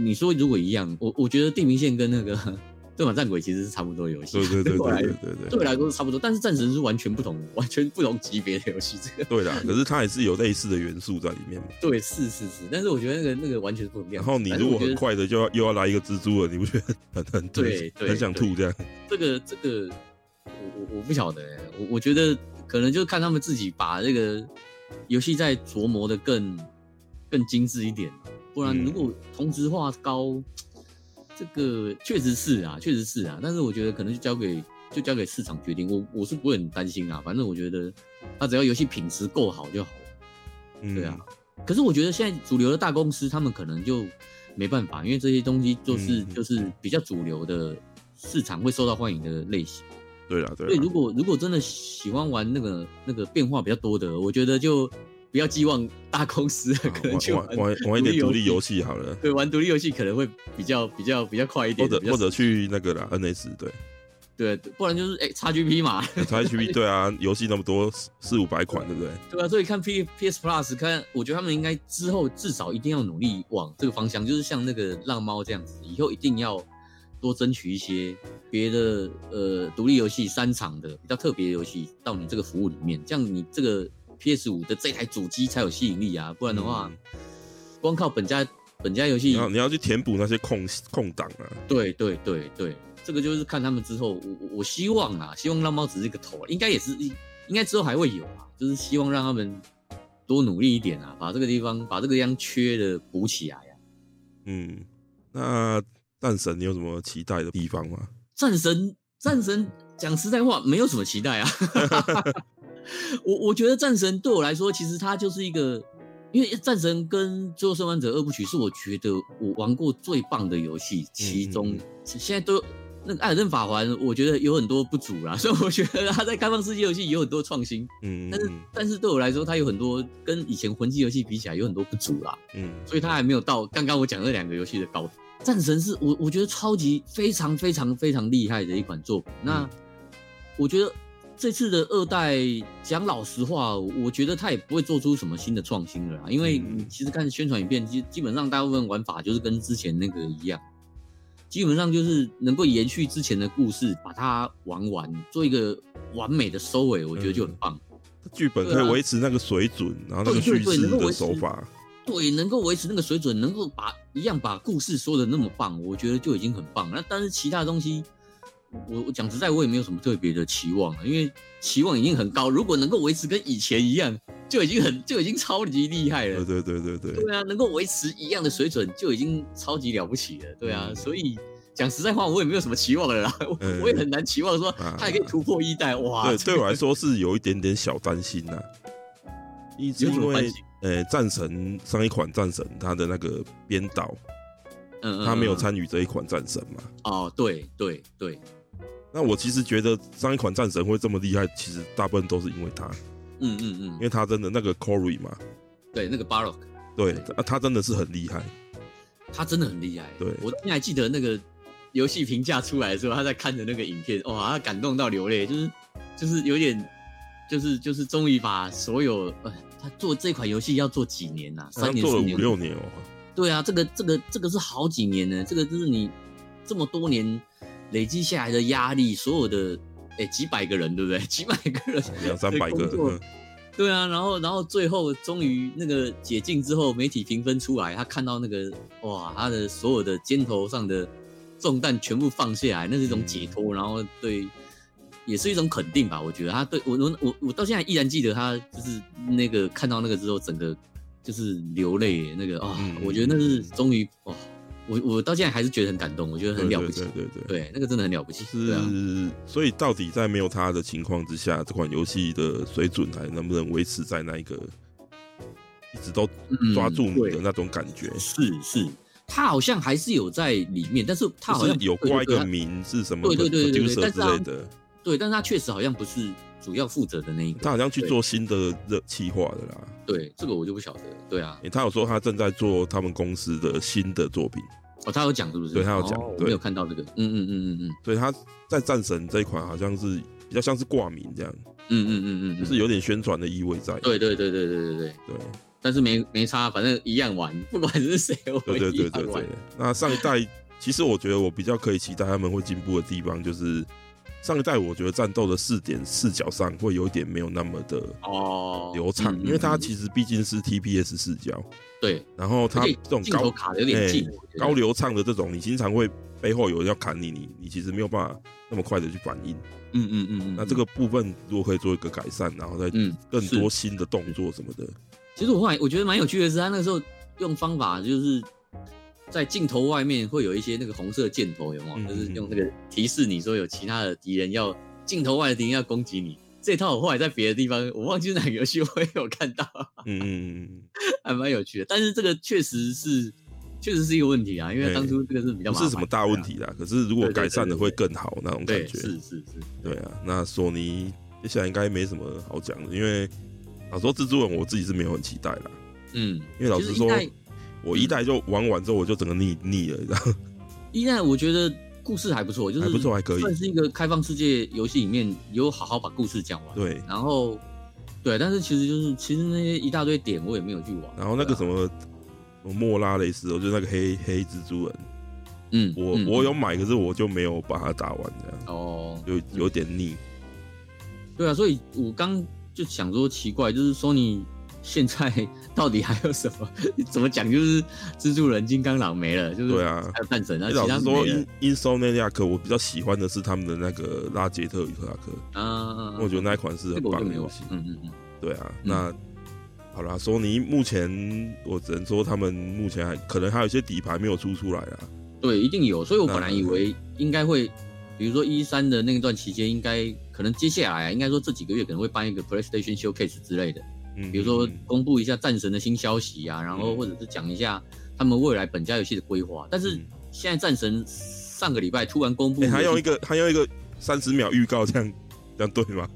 你说如果一样，我我觉得《地平线》跟那个 *laughs* 《对马战鬼》其实是差不多的游戏，
对对对
对我
对
来
对对
对
对
我来说是差不多，但是《战神》是完全不同、完全不同级别的游戏，这个。
对啦，可是它也是有类似的元素在里面嘛。
对，是是是，但是我觉得那个那个完全是不一
然
样。
后你
啊反正
如果
我觉
很
得
快的就要又要来一个蜘蛛了，你不觉得很很吐
对对
很想吐这样？
这个这个，我我我不晓得欸、我我觉得可能就看他们自己把这个游戏再琢磨的更更精致一点，不然
嗯
如果同质化高，这个确实是啊，确实是啊，但是我觉得可能就交给就交给市场决定，我我是不会很担心啊，反正我觉得他只要游戏品质够好就好了。
嗯，
对啊，可是我觉得现在主流的大公司，他们可能就没办法，因为这些东西就是、
嗯嗯
就是比较主流的市场会受到欢迎的类型。
对啦对啊
所以如
啦，
果如果真的喜欢玩那个那个变化比较多的，我觉得就不要寄望大公司
好
可能去
啊玩
玩
玩玩玩一点独立游
戏。
戏好了，
对，玩独立游戏可能会比较比较比较快一
或
点，
者
比较
或者去那个啦 NS
*laughs*
对
对，不然就是哎 XGP 嘛，
，XGP 对啊，游戏那么多四四五百款，对不对？
对啊，所以看 P PS Plus，看我觉得他们应该之后至少一定要努力往这个方向，就是像那个浪猫这样子，以后一定要多争取一些别的呃独立游戏三场的比较特别的游戏到你这个服务里面，这样你这个 PS 五的这台主机才有吸引力啊，不然的话，光靠本家本家游
嗯
戏
你要你要去填补那些空空档啊，
对对对对，这个就是看他们之后，我我我希望啊，希望浪猫只是一个头，啊应该也是应该之后还会有啊，就是希望让他们多努力一点啊，把这个地方把这个地方缺的补起来啊。
嗯，那战神你有什么期待的地方吗？
战神，战神，讲实在话，没有什么期待啊。 *laughs* 我我觉得战神对我来说，其实它就是一个，因为战神跟最后生还者二部曲是我觉得我玩过最棒的游戏，其中、
嗯嗯
现在都那个艾尔登法环，我觉得有很多不足啦， *laughs* 所以我觉得它在开放世界游戏有很多创新，
嗯
但是
嗯
但是对我来说，它有很多跟以前魂系游戏比起来有很多不足啦。
嗯
所以他还没有到刚刚我讲那两个游戏的高度。战神是我我觉得超级非常非常非常厉害的一款作品。那、
嗯
我觉得这次的二代，讲老实话，我觉得他也不会做出什么新的创新了啦，因为
嗯
你其实看宣传影片，基基本上大部分玩法就是跟之前那个一样，基本上就是能够延续之前的故事，把它玩完，做一个完美的收尾，我觉得就
嗯
很棒。
剧
啊
本可以维持那个水准，然后那个叙事的手法，
对，能够维持那个水准，能够把一样把故事说的那么棒，我觉得就已经很棒了。那但是其他东西，我我讲实在，我也没有什么特别的期望了，因为期望已经很高。如果能够维持跟以前一样，就已经很就已经超级厉害了
对。对对对对，
对啊，能够维持一样的水准就已经超级了不起了。对啊，
嗯
所以讲实在话，我也没有什么期望了啦，我
嗯
我也很难期望说
啊
他还可以突破一代。哇，
对
这
对
个
我来说是有一点点小担心呐、一直
有什
因
么担
为
心
呃战神上一款战神他的那个编导
嗯嗯
他没有
嗯
参与这一款战神嘛，
哦，对对对，
那我其实觉得上一款战神会这么厉害，其实大部分都是因为他，
嗯嗯
因
嗯，
为他真的那个 Corey 嘛，
对，那个 Barock
对
对，
啊他真的是很厉害，
他真的很厉害。
对
我你还记得那个游戏评价出来的时候，他在看着那个影片，哇，他感动到流泪，就是就是有点。就是就是终于把所有，呃，他做这款游戏要做几年呐、
他
三年
做了
四
五
年
六年哦、
对啊，这个这个这个是好几年呢，这个就是你这么多年累积下来的压力，所有的诶几百个人，对不对？ *laughs* 几百个人，
两三百个
对工作
嗯
对啊，然后然后最后终于那个解禁之后，媒体评分出来，他看到那个哇，他的所有的肩头上的重担全部放下来，那是一
嗯
种解脱，然后对，也是一种肯定吧。我觉得他对我我我我到现在依然记得他就是那个看到那个之后，整个就是流泪那个啊、
嗯
我觉得那是终于哇，我我到现在还是觉得很感动，我觉得很了不起，
嗯对对对对对
对，那个真的很了不起，
是、
对啊，
所以到底在没有他的情况之下，这款游戏的水准还能不能维持在那一个一直都
嗯
抓住你
对
的那种感觉？
是是，他好像还是有在里面，但是他
就
好
是
像
有
对
挂一
对
个
他
名是什么
对对对对对
producer
但
之
是他
类的，
对，但是他确实好像不是主要负责的那一
他
个。
好像去做新的热企划的啦。
对，这个我就不晓得。对啊，
诶他有说他正在做他们公司的新的作品，
哦，他有讲是不是？
对他有讲
哦我
对
没有看到这个。嗯嗯嗯嗯
所以他在战神这一款好像是比较像是挂名这样，
嗯嗯嗯嗯嗯，
就是有点宣传的意味在。
对对对对对对对，
对
但是没没差，反正一样玩，不管是谁，我
对
们
对
一
对
样
对
玩
对。那上一代其实我觉得我比较可以期待他们会进步的地方，就是上一代我觉得战斗的视点视角上会有一点没有那么的
哦，
流畅，
嗯
因为它
嗯嗯
其实毕竟是 TPS 视角，
对
然后它
而且
这种
镜头
高
卡的有点近
哎，
我觉得
高流畅的这种，你经常会背后有人要砍你，你你其实没有办法那么快的去反应。
嗯嗯嗯嗯，
那这个部分如果可以做一个改善，然后再
嗯
更
是
多新的动作什么的，
其实我后来我觉得蛮有趣的是，他那个时候用方法就是在镜头外面会有一些那个红色箭头，有没有？
嗯
就是用那个提示你说有其他的敌人要镜头外的敌人要攻击你。这一套我后来在别的地方，我忘记是哪个游戏我也有看到， *laughs*
嗯嗯嗯嗯。
还蛮有趣的。但是这个确实是，确实是一个问题啊，因为当初这个是比较
不
麻烦，啊
是什么大问题啦。可是如果改善的会更好那种
对
感
啊。
觉
对，。是是是，
对啊，那索尼接下来应该没什么好讲的，因为老实说蜘蛛人我自己是没有很期待啦，
嗯，
因为老
其
实
实
说
一代
我一代就玩完之后我就整个腻腻了，然后
一代我觉得故事还不错，就是
还不错还可以
算是一个开放世界游戏里面有好好把故事讲完。
对，
然后，对，但是其实就是其实那些一大堆点我也没有去玩。
然后那个
对啊
什么。什么莫拉雷斯，我就是那个黑黑蜘蛛人，
嗯，
我、
嗯
我有买，可是我就没有把它打完，这样
哦，
就有点腻。
对啊，所以我刚就想说奇怪，就是说你 *laughs* 现在到底还有什么？怎么讲？就是蜘蛛人、金刚狼没了，就是
对啊
还有战神，然
欸
后
老
其嗯他
实
没
说
了
，In Insomniac 我比较喜欢的是他们的那个拉杰特与克拉克，
啊啊。啊
我觉得那一款是
这
很
个我
棒
就
的
没有
游
玩
戏。。
嗯嗯嗯，
对啊，那、好啦，索尼目前我只能说他们目前还可能还有一些底牌没有出出来啊啦。
对，一定有。所以我本来
那
以为应该会，比如说一三的那段期间，应该可能接下来啊应该说这几个月可能会办一个 PlayStation Showcase 之类的。
嗯，
比如说
嗯
公布一下战神的新消息啊，然后
嗯
或者是讲一下他们未来本家游戏的规划。但是
嗯
现在战神上个礼拜突然公布
欸
游戏，
还有一个还有一个三十秒预告，这样这样对
*laughs*
吗？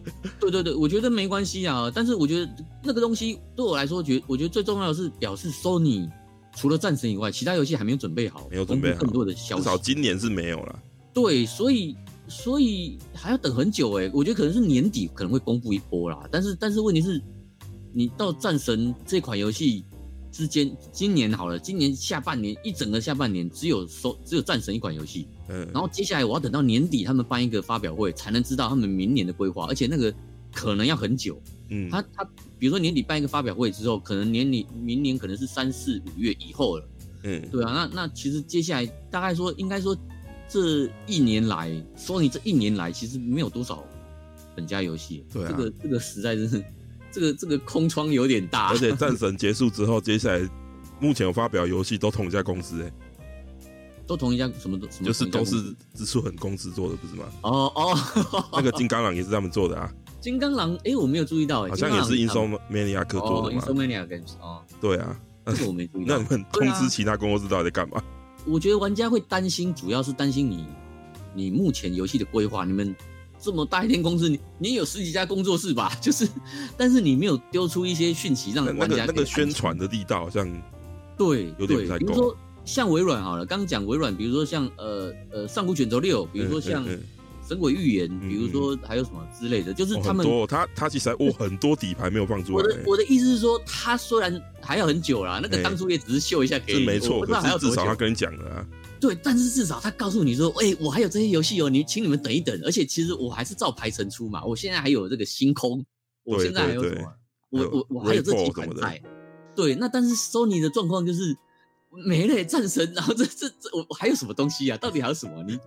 对对对，我觉得没关系啊。但是我觉得那个东西对我来说，觉我觉得最重要的是表示 Sony 除了战神以外，其他游戏还没有准备好，
没有准备好
公布更多的消
至
息
少。今年是没有啦。
对，所以所以还要等很久哎、我觉得可能是年底可能会公布一波啦，但是但是问题是，你到战神这款游戏之间，今年好了，今年下半年一整个下半年只有收只有战神一款游戏，
嗯，
然后接下来我要等到年底他们办一个发表会才能知道他们明年的规划，而且那个可能要很久。
嗯，
他他比如说年底办一个发表会之后，可能年底明年可能是三四五月以后了。
嗯，
对啊，那那其实接下来大概说，应该说这一年来，索尼这一年来其实没有多少本家游戏，
对啊
这个这个实在是这个这个空窗有点大，
而且战神结束之后，接下来目前有发表游戏都同一家公司、欸，
都同一家什么都什
哎，
么
就是
*laughs* 同一
都
家公司
是蜘蛛人公司做的，不是吗？
哦哦，
那个金刚狼也是他们做的啊，
金刚狼，哎，我没有注意到，哎，
好像也是
英
Insomniac 做的
英
嘛
雄。m a n i a 跟哦，
对啊，
这个我没注意
那
到
你。们公
对
司
啊
其他公司到底在干嘛？
我觉得玩家会担心，主要是担心你，你目前游戏的规划，你们这么大一间公司，你你有十几家工作室吧？ *laughs* 就是，但是你没有丢出一些讯息让
那那
嗯玩
个那
家可以
个
安心
宣传的力道好像
对
有点
对
不太，
比如
够
说像微软好了，刚讲微软，比如说像呃呃《上古卷轴六》，比如说像
嗯
《
嗯
神鬼预言》
嗯
比如说还有什么之类的，就是
嗯哦
他
很
们。
多，他他其实还我很多底牌没有放出
我
来、
的
欸，
我的意思是说，他虽然还要很久啦，那
哎
个当初也只是秀一下给
是
你，
没
我
错，
不知道
可
还要
是
多
至
久
少他跟你讲了、啊，
对，但是至少他告诉你说，哎、我还有这些游戏哦，你请你们等一等。而且其实我还是照排程出嘛，我现在还有这个星空，我
对
现在还有
对
什么？
对
我我我还有这
Rainbow
几
什
款
么的
在。对，那但是 Sony 的状况就是没了耶战神，然后这这这我我还有什么东西啊？到底还有什
*laughs*
么？你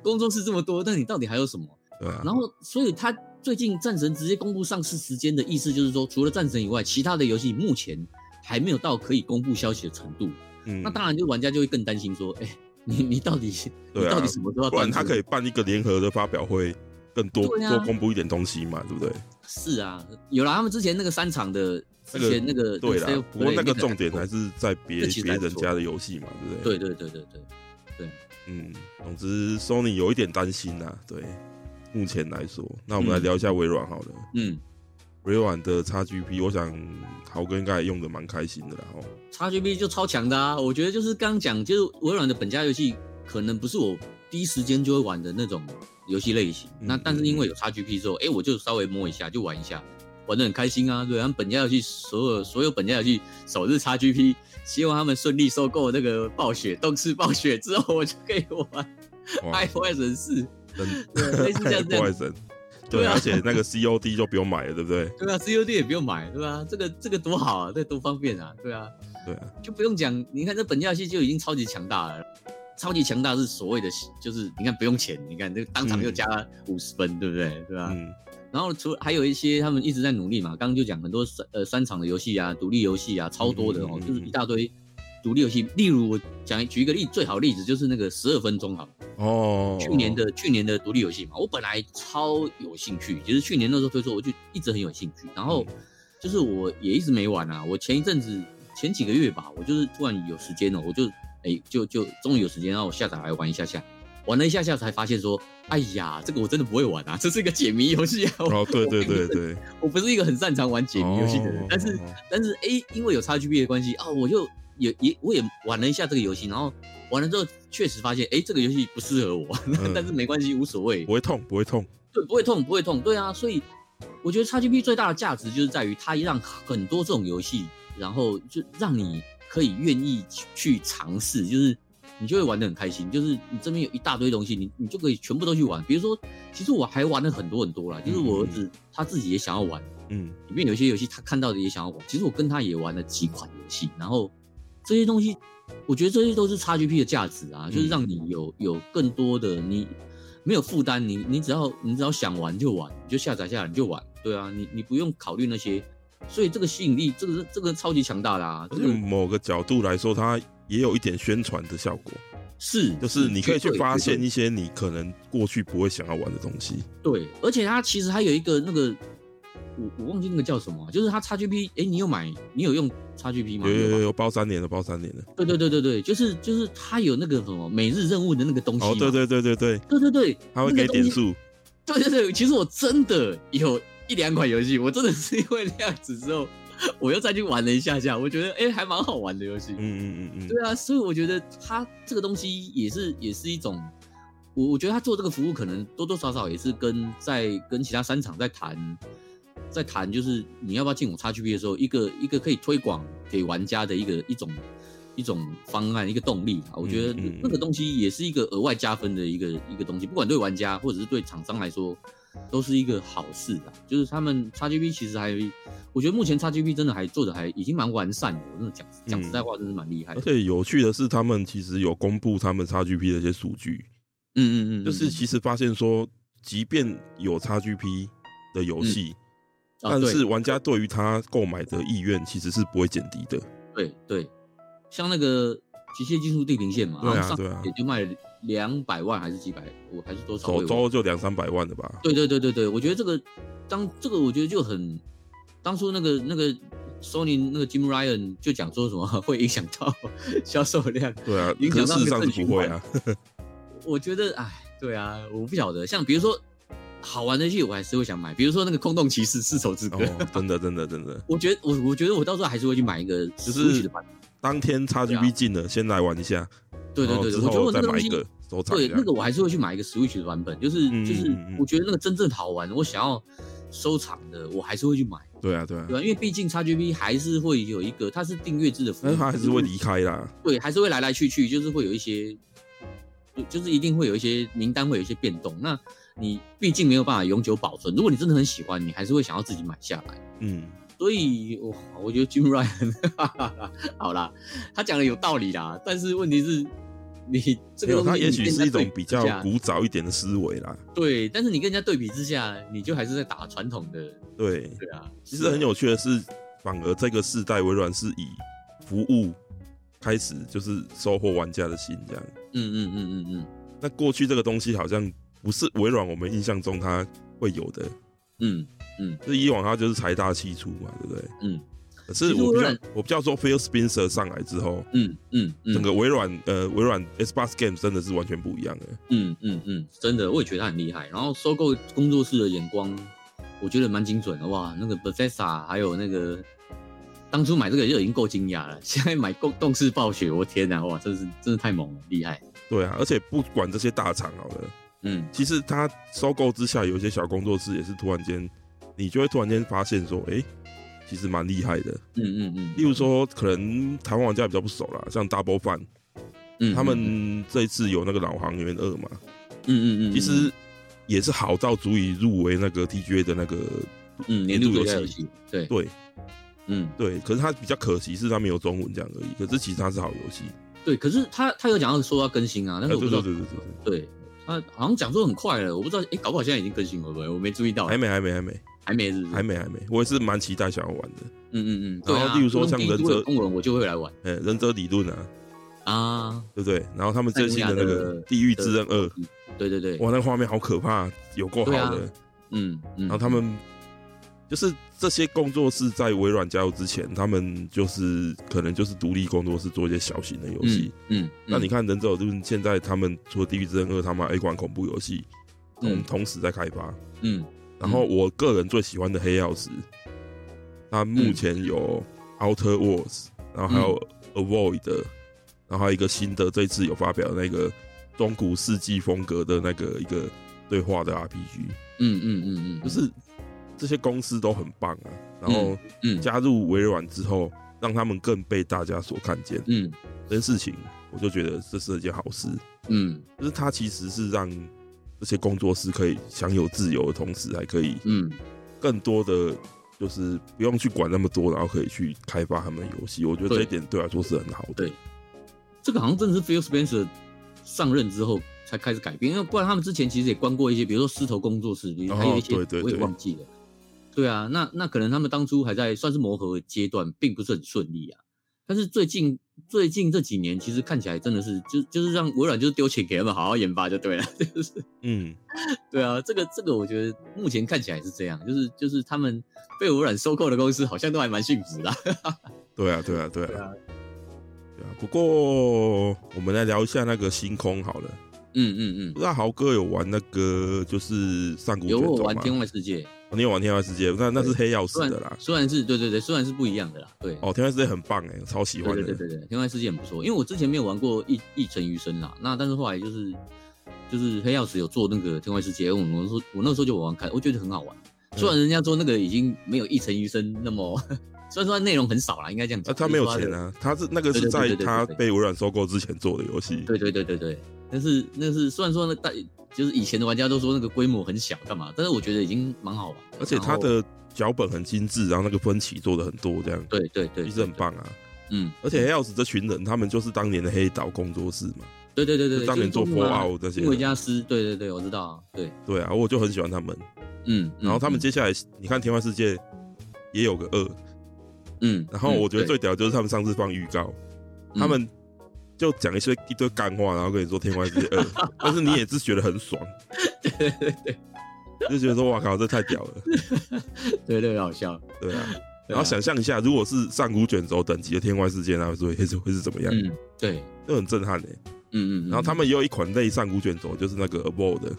工作室这么多，但你到底还有什么？
对啊，
然后，所以他最近战神直接公布上市时间的意思就是说，除了战神以外，其他的游戏目前还没有到可以公布消息的程度。
嗯
那，当然，就玩家就会更担心说，哎、你你到底、你
对啊
到底什么时候要
不然
端出？
他可以办一个联合的发表会，更多、
对啊
多公布一点东西嘛，对不对？
是啊，有了他们之前那个三场的
那
之
个
前那个
对
那个
啦
State，of
不过
Play
那个重点
还
还是在别
那其实
别
还不
人
错
家的游戏嘛，对不对？
对对对对对
嗯，总之 Sony 有一点担心啦、对，目前来说，那我们来
嗯
聊一下微软好了。
嗯，
微软的 XGP，我想豪哥应该也用的蛮开心的啦哦。
x GP 就超强的啊！我觉得就是刚刚讲，就是微软的本家游戏可能不是我第一时间就会玩的那种游戏类型。
嗯
那但是因为
嗯
有 x GP 之后，哎、我就稍微摸一下，就玩一下，玩的很开心啊！对，他们本家游戏所有所有本家游戏首日 x GP，希望他们顺利收购那个暴雪动视暴雪之后，我就可以玩哎
哇，
iOS 四。
真
对类似像这样
iPhone 神，对，
对啊
而且那个 COD 就不用买了，对不对？
对啊，COD 也不用买，对吧、这个这个多好啊，这多方便啊，对啊，
对啊，
就不用讲，你看这本家系就已经超级强大了，超级强大是所谓的，就是你看不用钱，你看这个当场就加五十分，对不对？对吧、
嗯，
然后除还有一些他们一直在努力嘛，刚刚就讲很多三呃三场的游戏啊，独立游戏啊，超多的哦，
嗯嗯嗯
就是一大堆独立游戏。例如我讲举一个例最好例子就是那个十二分钟好了。
哦，
去年的去年的独立游戏嘛，我本来超有兴趣，其实去年那时候推出，我就一直很有兴趣。然
嗯
后就是我也一直没玩啊，我前一阵子前几个月吧，我就是突然有时间了，我就哎、就就终于有时间，然后我下载来玩一下下，玩了一下下才发现说，哎呀，这个我真的不会玩啊，这是一个解谜游戏啊，我
哦，对对对对，
我不是一个很擅长玩解谜游戏的人，
哦
但是但是诶，因为有 XGP 的关系哦，我就也也我也玩了一下这个游戏，然后玩了之后确实发现，诶，这个游戏不适合我，
嗯
*laughs* 但是没关系，无所谓
不，会痛，不会痛，
对，不会痛，不会痛，对啊，所以我觉得 XGP 最大的价值就是在于它让很多这种游戏，然后就让你可以愿意去去尝试，就是你就会玩得很开心，就是你这边有一大堆东西，你你就可以全部都去玩。比如说，其实我还玩了很多很多啦，就是我儿子他自己也想要玩。
嗯，
里面有些游戏他看到的也想要玩。其实我跟他也玩了几款游戏，然后这些东西，我觉得这些都是 XGP 的价值啊，
嗯
就是让你有有更多的你没有负担，你你只要你只要想玩就玩，你就下载下来你就玩，对啊，你你不用考虑那些，所以这个吸引力，这个是这个超级强大啦、啊
而
这
且
个
某个角度来说，它也有一点宣传的效果，
是
就是你可以去
绝对
发
绝对
现一些你可能过去不会想要玩的东西。
对，而且它其实还有一个那个，我我忘记那个叫什么啊，就是它 XGP，哎、你有买，你有用 XGP 吗？
有
有
有
吧
有有，包三年了，包三年了。
对对对对对，就是就是他有那个什么每日任务的那个东西嘛、
哦，对对对对对，
对对对，
他会
那
给
个东
点
西。
数，
*laughs* 对对对，其实我真的有一两款游戏，我真的是因为那样子之后，我又再去玩了一下下，我觉得哎、诶还蛮好玩的游戏。
嗯嗯嗯嗯，
对啊，所以我觉得他这个东西也是也是一种，我我觉得他做这个服务可能多多少少也是跟在跟其他三厂在谈，在谈就是你要不要进我 XGP 的时候，一个一个可以推广给玩家的一个一种一种方案一个动力啊，我觉得
嗯嗯嗯
那个东西也是一个额外加分的一个一个东西，不管对玩家或者是对厂商来说。都是一个好事啊，就是他们 XGP 其实还，我觉得目前 XGP 真的还做的还已经蛮完善的，我真的讲讲实在话，真是蛮厉害的
嗯而。且有趣的是，他们其实有公布他们 XGP 的一些数据，
嗯嗯嗯，
就是
嗯
其实发现说，即便有 XGP 的游戏，
啊，
但
对
是玩家对于它购买的意愿其实是不会减低
哦
的。
对对，像那个极限竞速地平线嘛，
对啊
然后上
对啊
也就卖了两百万还是几百，我还是多少我
首
也忘了
周就两三百万的吧，
对对对对对，我觉得这个当这个我觉得就很，当初那个那个 Sony 那个 Jim Ryan 就讲说什么会影响到 *laughs* 销售量，
对啊，
影
可
响
是事实
到那个
上
正
是
循
不会
环。 *laughs*
啊。
我觉得哎，对啊，我不晓得，像比如说好玩的游戏我还是会想买，比如说那个空洞骑士丝绸之歌，
哦，真的真的真的，
我觉得我我觉得我到时候还是会去买一个
就
Switch
是
的版本，
当
*laughs*
天 XGP 进了，先来玩一下，
啊对对
然后
对对，
哦之
我觉得
后
我
再
那个
买
东
一
西
个收藏
对，
一下
那。个我还是会去买一个 Switch 的版本，就是、
嗯
就是
嗯嗯，
我觉得那个真正好玩，我想要收藏的，我还是会去买，
对啊对啊
对，吧、因为毕竟 XGP 还是会有一个，它是订阅制的服
但是
务，
哎他还是会
就
离开啦。
对，还是会来来去去，就是会有一些，就就是一定会有一些名单会有一些变动。那你毕竟没有办法永久保存，如果你真的很喜欢，你还是会想要自己买下来。
嗯，
所以，我我觉得 Jim Ryan *laughs* 好啦，他讲的有道理啦，但是问题是，你这
没
个
有，
东西
他也
你
许
跟
是
人家
一种
对比
比
之
较
下
古早一点的思维啦。
对，但是你跟人家对比之下，你就还是在打传统的，
对，
对啊，
其实很有趣的是，反而这个世代微软是以服务开始，就是收获玩家的心这样。
嗯嗯嗯嗯嗯
那过去这个东西好像不是微软我们印象中它会有的，
嗯
就是以往它就是财大气粗嘛，对不对？
嗯
可是
其实
我比
微
较
软
我比较说 Phil Spencer 上来之后，
嗯嗯嗯，
整个微软呃微软 Xbox Game 真的是完全不一样的。
嗯嗯嗯，真的，我也觉得他很厉害。然后收购工作室的眼光，我觉得蛮精准的哇。那个 Bethesda 还有那个当初买这个就已经够惊讶了，现在买动动视暴雪，我天哪，哇，真是真是太猛了，厉害。
对啊，而且不管这些大厂好了，
嗯
其实它收购之下有一些小工作室也是突然间，你就会突然间发现说，诶，其实蛮厉害的。
嗯嗯
例如说，可能台湾玩家比较不熟啦，像 Double Fun，
嗯，
他们这一次有那个老航员二嘛，
嗯嗯嗯，
其实也是好到足以入围那个 TGA 的那个
嗯年度最佳游戏，对
对
嗯
对，可是它比较可惜是它没有中文这样而已，可是其实它是好游戏，
对，可是他他有讲到说要更新啊，但
哎
是
对
我不
对
知道
对对对对，
对，他好像讲说很快了，我不知道，哎，搞不好现在已经更新了，对不对我没注意到，
还没还没还没
还没是不是？
还没还没，我也是蛮期待想要玩的，
嗯嗯嗯，对
然
啊，
后例如说像
中文
忍者
中文我就会来玩
哎，忍者理论啊，
啊，
对不对？然后他们最新的那
塞尔
个
达的
《地狱之刃二》，
对对对，
哇，那个画面好可怕，有够好
对
的。
嗯
然
嗯，
后他们就是这些工作室在微软加入之前，他们就是可能就是独立工作室做一些小型的游戏。
嗯，嗯，
那你看《忍者就是现在他们除了《地狱之刃二》，他们还有一款恐怖游戏同、
嗯
同时在开发。
嗯
然后我个人最喜欢的黑曜石，它
嗯
目前有 Outer Worlds，然后还有
嗯
Avoid，、然后还有一个新的，这次有发表那个中古世纪风格的那个一个对话的 RPG，
嗯嗯嗯嗯，
就是这些公司都很棒啊。然后
嗯
加入微软之后，让他们更被大家所看见
嗯
这件事情，我就觉得这是一件好事。
嗯
就是它其实是让这些工作室可以享有自由的同时，还可以
嗯
更多的就是不用去管那么多，然后可以去开发他们的游戏。我觉得
对
这一点对我来说是很好的。
对这个好像真的是 Phil Spencer 上任之后才开始改变，因为不然他们之前其实也关过一些，比如说狮头工作室，比如还有一些我也忘记了。对啊，那那可能他们当初还在算是磨合阶段，并不是很顺利啊。但是最近最近这几年，其实看起来真的是就就是让微软就是丢钱给他们好好研发就对了， *laughs* 就是
嗯，
对啊，这个这个，我觉得目前看起来是这样，就是就是他们被微软收购的公司好像都还蛮幸福的啊、
对啊，对啊，对啊，对
对
啊
啊。
不过我们来聊一下那个星空好了。
嗯嗯
不知道豪哥有玩那个就是上古
嗯，
卷
有我
轴
玩《天
吗？
外世界》，
哦你有玩天外世界？那那是黑曜石
虽
的
然
啦。
虽然是对对对，虽然是不一样的啦，对，
哦，天外世界很棒哎，超喜
对
欢
对对
的。
对对，《天外世界》很不错，因为我之前没有玩过《一一城余生》啦，那但是后来就是就是黑曜石有做那个《天外世界》，我我说我那时候就玩玩看，我觉得很好玩。
嗯
虽然人家说那个已经没有《一城余生》那么，虽然说它内容很少啦，应该这样
那
讲。
他没有钱
啊。
啊，他是那个是
对对对
在
对对
他
对
被微软收购之前做的游戏。
对对对对对，但是那是虽然说那大就是以前的玩家都说那个规模很小干嘛，但是我觉得已经蛮好玩的。
而且
然
它
后
的脚本很精致，然后那个分歧做的很多，这样
对对对，
一直很
对，
棒啊。
嗯，
而且黑曜石这群人，他们就是当年的黑岛工作室嘛，
对对对对
就
对，
当年做
破
Fallout 那些
因为
人
家师，对对对，我知道，对，
对啊，我就很喜欢他们。
嗯，
然后他们
嗯
接下来，你看《天外世界》也有个二。
嗯，
然后我觉得
嗯
最屌就是他们上次放预告，他们就讲一些一堆干话，然后跟你说天外之二， *laughs* 但是你也是觉得很爽，
*laughs* 对对对
就觉得说哇靠，这太屌了，
对对，好笑。
对啊。
对
然
啊
后想象一下，如果是上古卷轴等级的天外世界，那会是会是会是怎么样？
嗯，对，
就很震撼哎、
嗯嗯嗯。
然后他们也有一款类上古卷轴，就是那个 Above 的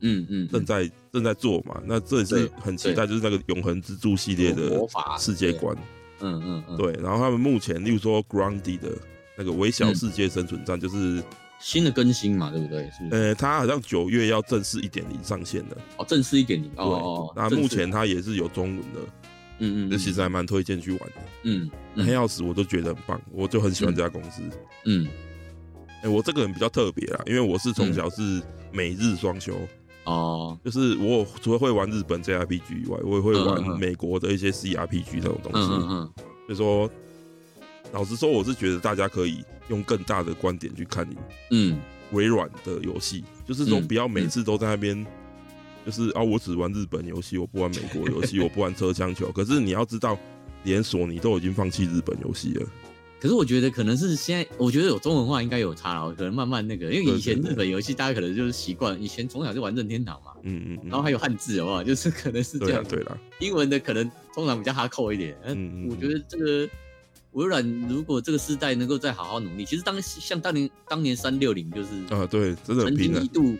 嗯嗯
正
嗯
在正在做嘛，那这也是
对
很期待，就是那个永恒之柱系列的
魔法啊
世界观。
嗯嗯嗯，
对，然后他们目前，例如说 Groundy 的那个微
嗯
小世界生存战，就是
新的更新嘛，对不对？是不是
呃，它好像九月要正式一点零上线了。
哦，正式一点零
对，
哦哦，
那
正式
目前它也是有中文的，
嗯嗯，
这其实还蛮推荐去玩的。
嗯
那黑曜石我都觉得很棒，我就很喜欢这家公司。
嗯
哎，我这个人比较特别啦，因为我是从小是美日双修，
哦
就是我有除了会玩日本 JRPG 以外，我也会
嗯嗯
玩
嗯
美国的一些 CRPG 那种东
嗯
西。
嗯嗯
所以说，老实说，我是觉得大家可以用更大的观点去看你
嗯
微软的游戏，就是说
嗯
不要每次都在那边，就是啊，我只玩日本游戏，我不玩美国游
*laughs*
戏，我不玩车枪球。可是你要知道，连索尼都已经放弃日本游戏了，
可是我觉得可能是现在，我觉得有中文化应该有差了，可能慢慢那个，因为以前
对对对
日本游戏大家可能就是习惯，以前从小就玩任天堂嘛，
嗯嗯
然后
嗯，
还有汉字好不好？就是可能是这
对
样
啦，对啦，
英文的可能通常比较哈扣一点。
嗯嗯
嗯，
嗯
我觉得这个微软如果这个世代能够再好好努力，其实当像当年当年三六零就是
啊对，真的很
曾
拼
经
了
一，度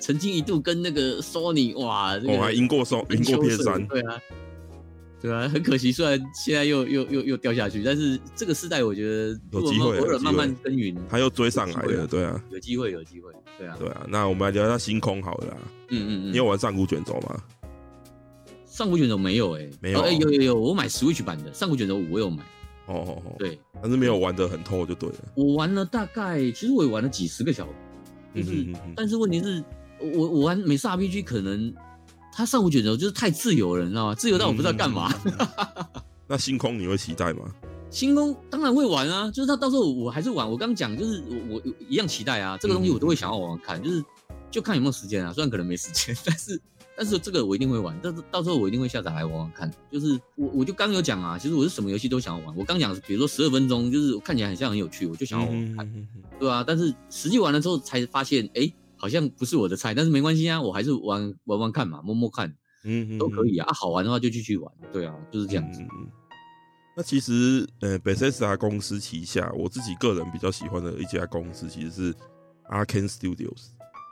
曾经一度跟那个 Sony 哇，这
我、
个
哦还赢过双，
很
赢过
羞
PS
涩
三，
对啊，对啊，很可惜，虽然现在又又又又掉下去，但是这个世代我觉得
有
如果
机会
微
有
软
机
慢慢
会
耕耘，
他又追上来
有机
了，
会
对啊，
有机会有机会，对啊，
对啊。那我们来聊一下星空好了啦，
嗯嗯嗯，
你有玩上古卷轴吗？
上古卷轴没有哎、
没有
哦哎有有有，我买 Switch 版的上古卷轴我有买，
哦哦哦，
对。
但是没有玩的很透就对了。
我玩了大概，其实我也玩了几十个小时，就是，
嗯嗯
但是问题是，我我我玩美式 RPG 可能它上古卷轴就是太自由了，你知道吗？自由到我不知道
嗯
干嘛。
*laughs* 那星空你会期待吗？
*laughs* 星空当然会玩啊，就是他到时候我还是玩。我刚讲就是我我我一样期待啊，这个东西我都会想要玩玩看，就是就看有没有时间啊。虽然可能没时间， *laughs* 但是但是这个我一定会玩，但是到时候我一定会下载来玩玩看。就是我我就刚有讲啊，其实我是什么游戏都想要玩。我刚讲，比如说十二分钟，就是看起来很像很有趣，我就想要玩玩看。
嗯嗯
对啊，但是实际玩了之后才发现，哎、好像不是我的菜，但是没关系啊，我还是玩玩玩看嘛，摸摸看
嗯
都可以啊，啊好玩的话就继续玩，对啊，就是这样子，
嗯嗯嗯那其实，呃，Bethesda 公司旗下，我自己个人比较喜欢的一家公司其实是 Arkane Studios，、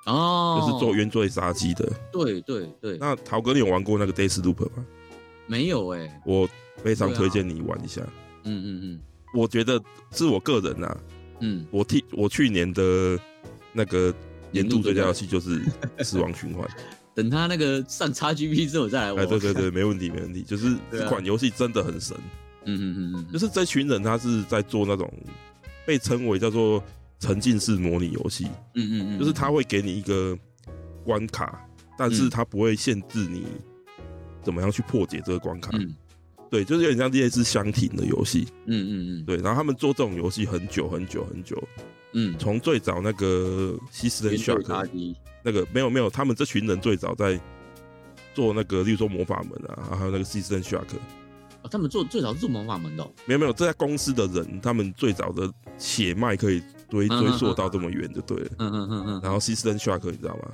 哦，
就是做《原罪杀机》的。
对对对，
那陶哥，你有玩过那个 Days Loop 吗？
没有哎、
我非常
对啊
推荐你玩一下。
嗯嗯
我觉得是我个人啊，
嗯嗯，
我替我去年的那个年度最佳游戏就是《死亡循环》。
等他那个上 XGP 之后再来玩，
哎，对对，对，没问题，没问题。就是
对啊
这款游戏真的很神。
嗯嗯嗯嗯，
就是是这群人他是在做那种被称为叫做沉浸式模拟游戏，
嗯嗯嗯，
就是他会给你一个关卡，但是
嗯
他不会限制你怎么样去破解这个关卡。
嗯
对，就是有点像类似箱庭的游戏。
嗯嗯嗯
对，然后他们做这种游戏很久很久很久，
嗯，
从最早那个西斯人
原罪
shark
杀机，
那个没有没有，他们这群人最早在做那个，例如说魔法门啊，还有那个西斯人 shark，
哦，他们做最早是做魔法门的哦、
没有没有，这家公司的人，他们最早的血脉可以追
嗯
追溯到这么远就对了。
嗯嗯嗯嗯
然后 System Shock 你知道吗？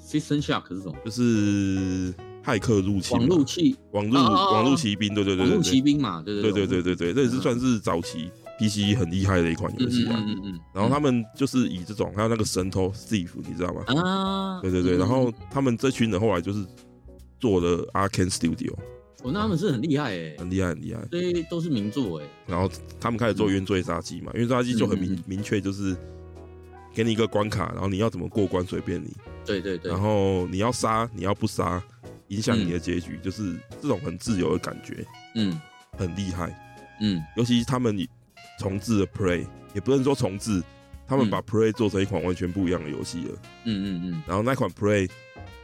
，System Shock 是什么？
就是骇客入侵嘛，
网路器，
网路
哦哦哦
网路骑兵，对对对
网
对
路骑
对，
兵嘛，对
对
对嗯
对对对对，这也是算是早期 PC 很厉害的一款游戏啊
嗯。嗯嗯嗯嗯，
然后他们就是以这种，还有那个神偷 Steve，你知道吗？
啊，
对对对，
嗯
然后他们这群人后来就是做了 Arkane Studio，
哦，那他们是很厉害哎，
很厉害很厉害。
这些都是名作哎，
然后他们开始做冤罪杀机嘛，冤罪杀机就很明、
嗯嗯
明确，就是给你一个关卡，然后你要怎么过关随便你，
对对对
然，后你要杀你要不杀，影响你的结局，就是这种很自由的感觉，
嗯
很厉害。
嗯
尤其是他们重置了 Play，也不能说重置，他们
嗯
把 Play 做成一款完全不一样的游戏了。
嗯嗯
然后那款 Play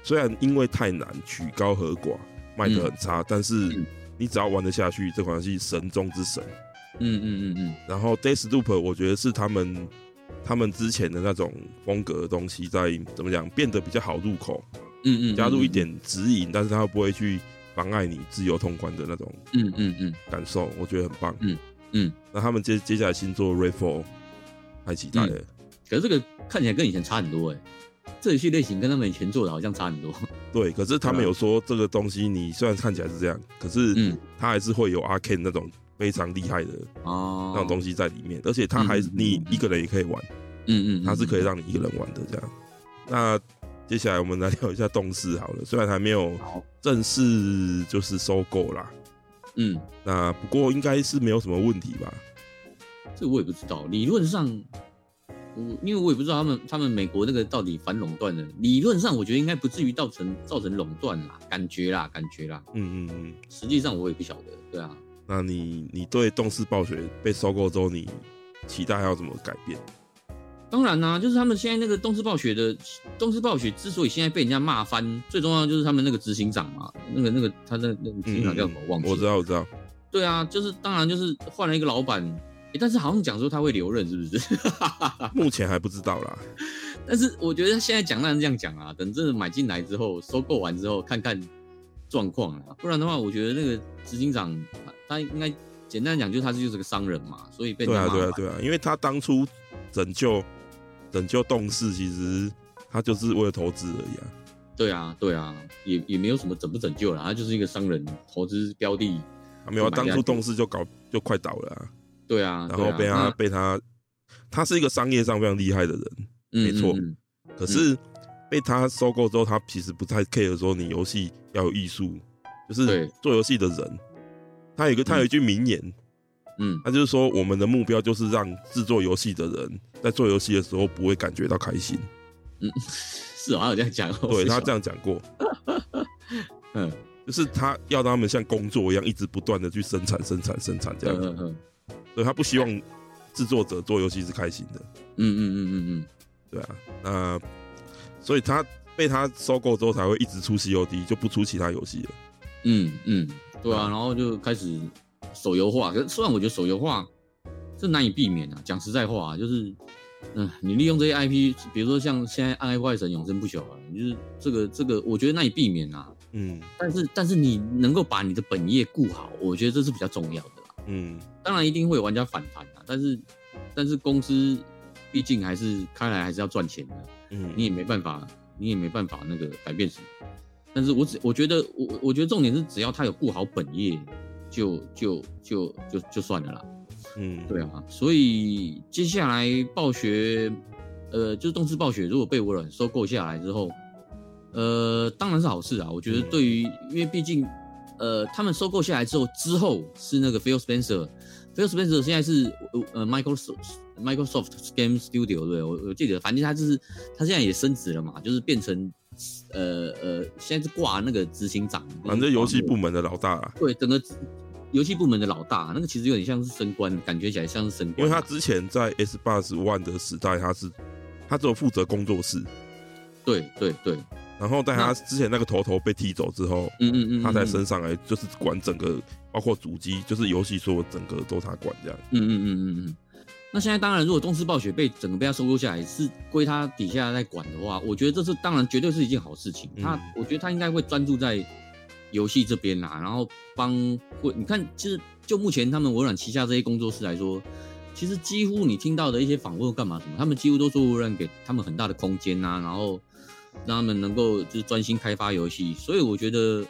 虽然因为太难，曲高和寡，卖得很差，但是
嗯
你只要玩得下去，这款游戏神中之神。
嗯嗯嗯嗯嗯，
然后 Days Loop 我觉得是他们他们之前的那种风格的东西在怎么讲变得比较好入口，
嗯嗯，
加入一点指引，但是他又不会去妨碍你自由通关的那种
嗯嗯嗯
感受，我觉得很棒。
嗯嗯，
那他们接接下来新作《Ray Four》太期待
嗯
了。
可是这个看起来跟以前差很多哎、这一系类型跟他们以前做的好像差很多。
对，可是他们
对啊
有说这个东西，你虽然看起来是这样，可是
嗯
它还是会有 Arcane 那种非常厉害的
哦，
那种东西在里面，而且它还
嗯嗯嗯
你
嗯
一个人也可以玩，
嗯，嗯嗯，
它是可以让你一个人玩的这样。那接下来我们来聊一下动视好了，虽然还没有
好，
正式就是收购啦，
嗯，
那不过应该是没有什么问题吧？
这我也不知道。理论上，我因为我也不知道他们他们美国那个到底反垄断的，理论上我觉得应该不至于造成造成垄断啦，感觉啦，感觉啦。
嗯嗯嗯。
实际上我也不晓得，对啊。
那你你对动视暴雪被收购之后，你期待还有什么改变？
当然啦、就是他们现在那个东视暴雪的东视暴雪之所以现在被人家骂翻，最重要的就是他们那个执行长嘛，那个那个他那那个执行长叫什么？忘记
嗯
了。
我知道，我知道，
对啊，就是当然就是换了一个老板，诶但是好像讲说他会留任，是不是？ *laughs* 啊
目前还不知道啦。
但是我觉得现在讲当然这样讲啊，等真的买进来之后，收购完之后看看状况啊，不然的话，我觉得那个执行长他他应该简单讲，就是他就是个商人嘛，所以被
对
人家
啊，
骂
对啊
嘛，
对啊，因为他当初拯救拯救动视，其实他就是为了投资而已啊。
对啊，对啊，也也没有什么拯不拯救啦，他就是一个商人投资标的，
啊没有啊，
就买
当
下
初
去
动视就搞就快倒了、啊，
对啊，
然后被
对
他、
啊
被他，他是一个商业上非常厉害的人，
那
没错
嗯嗯
可是被他收购之后，他其实不太 care 说你游戏要有艺术，就是
对
做游戏的人，他有一个他有一句名言，
嗯
他就是说我们的目标就是让制作游戏的人在做游戏的时候不会感觉到开心。
嗯，是啊，他有这样讲哦，
对
是
他
啊
这，样讲
*laughs*
过，
嗯
就是他要让他们像工作一样，一直不断的去生产、生产、生产这
嗯
样。
嗯嗯
所以他不希望制作者做游戏是开心的，
嗯嗯嗯嗯
对啊。那所以他被他收购之后才会一直出 COD，就不出其他游戏了。
嗯嗯，嗯，对啊，然后就开始手游化。可是虽然我觉得手游化这难以避免啊，讲实在话、啊，就是嗯，你利用这些 IP，比如说像现在《暗黑破坏神》永生不朽啊，你就是这个这个，我觉得难以避免啊。
嗯
但是但是你能够把你的本业顾好，我觉得这是比较重要的啦。
嗯，
当然一定会有玩家反弹啊，但是但是公司毕竟还是开来还是要赚钱的，
嗯，
你也没办法，你也没办法那个改变什么。但是我只我觉得我我觉得重点是，只要他有顾好本业，就就就就就算了啦。
嗯
对啊，所以接下来暴雪，呃，就是动视暴雪如果被微软收购下来之后，呃，当然是好事啊。我
嗯
觉得对于，因为毕竟，呃，他们收购下来之后，之后是那个 Phil Spencer，Phil Spencer 现在是呃 Microsoft Microsoft Game Studio 对不对，我我记得，反正他就是他现在也升职了嘛，就是变成呃呃，现在是挂那个执行长，就是
反正游戏
挂那个
部门的老大啦，
对，整个游戏部门的老大，那个其实有点像是升官，感觉起来像是升
因
官
为
啊。
他之前在 S 八十 One 的时代，他是他只有负责工作室，
对对对，
然后在他
那
之前那个头头被踢走之后，
嗯嗯嗯，
他才
在
升上来，就是管整个包括主机，就是游戏所有整个都他管这样。
嗯嗯嗯嗯嗯。那现在当然，如果东视暴雪被整个被他收购下来，是归他底下在管的话，我觉得这是当然绝对是一件好事情。
嗯
他我觉得他应该会专注在游戏这边啦，然后帮会你看，其实就目前他们微软旗下这些工作室来说。其实几乎你听到的一些访问干嘛什么，他们几乎都说微软给他们很大的空间呐、然后让他们能够就是专心开发游戏。所以我觉得，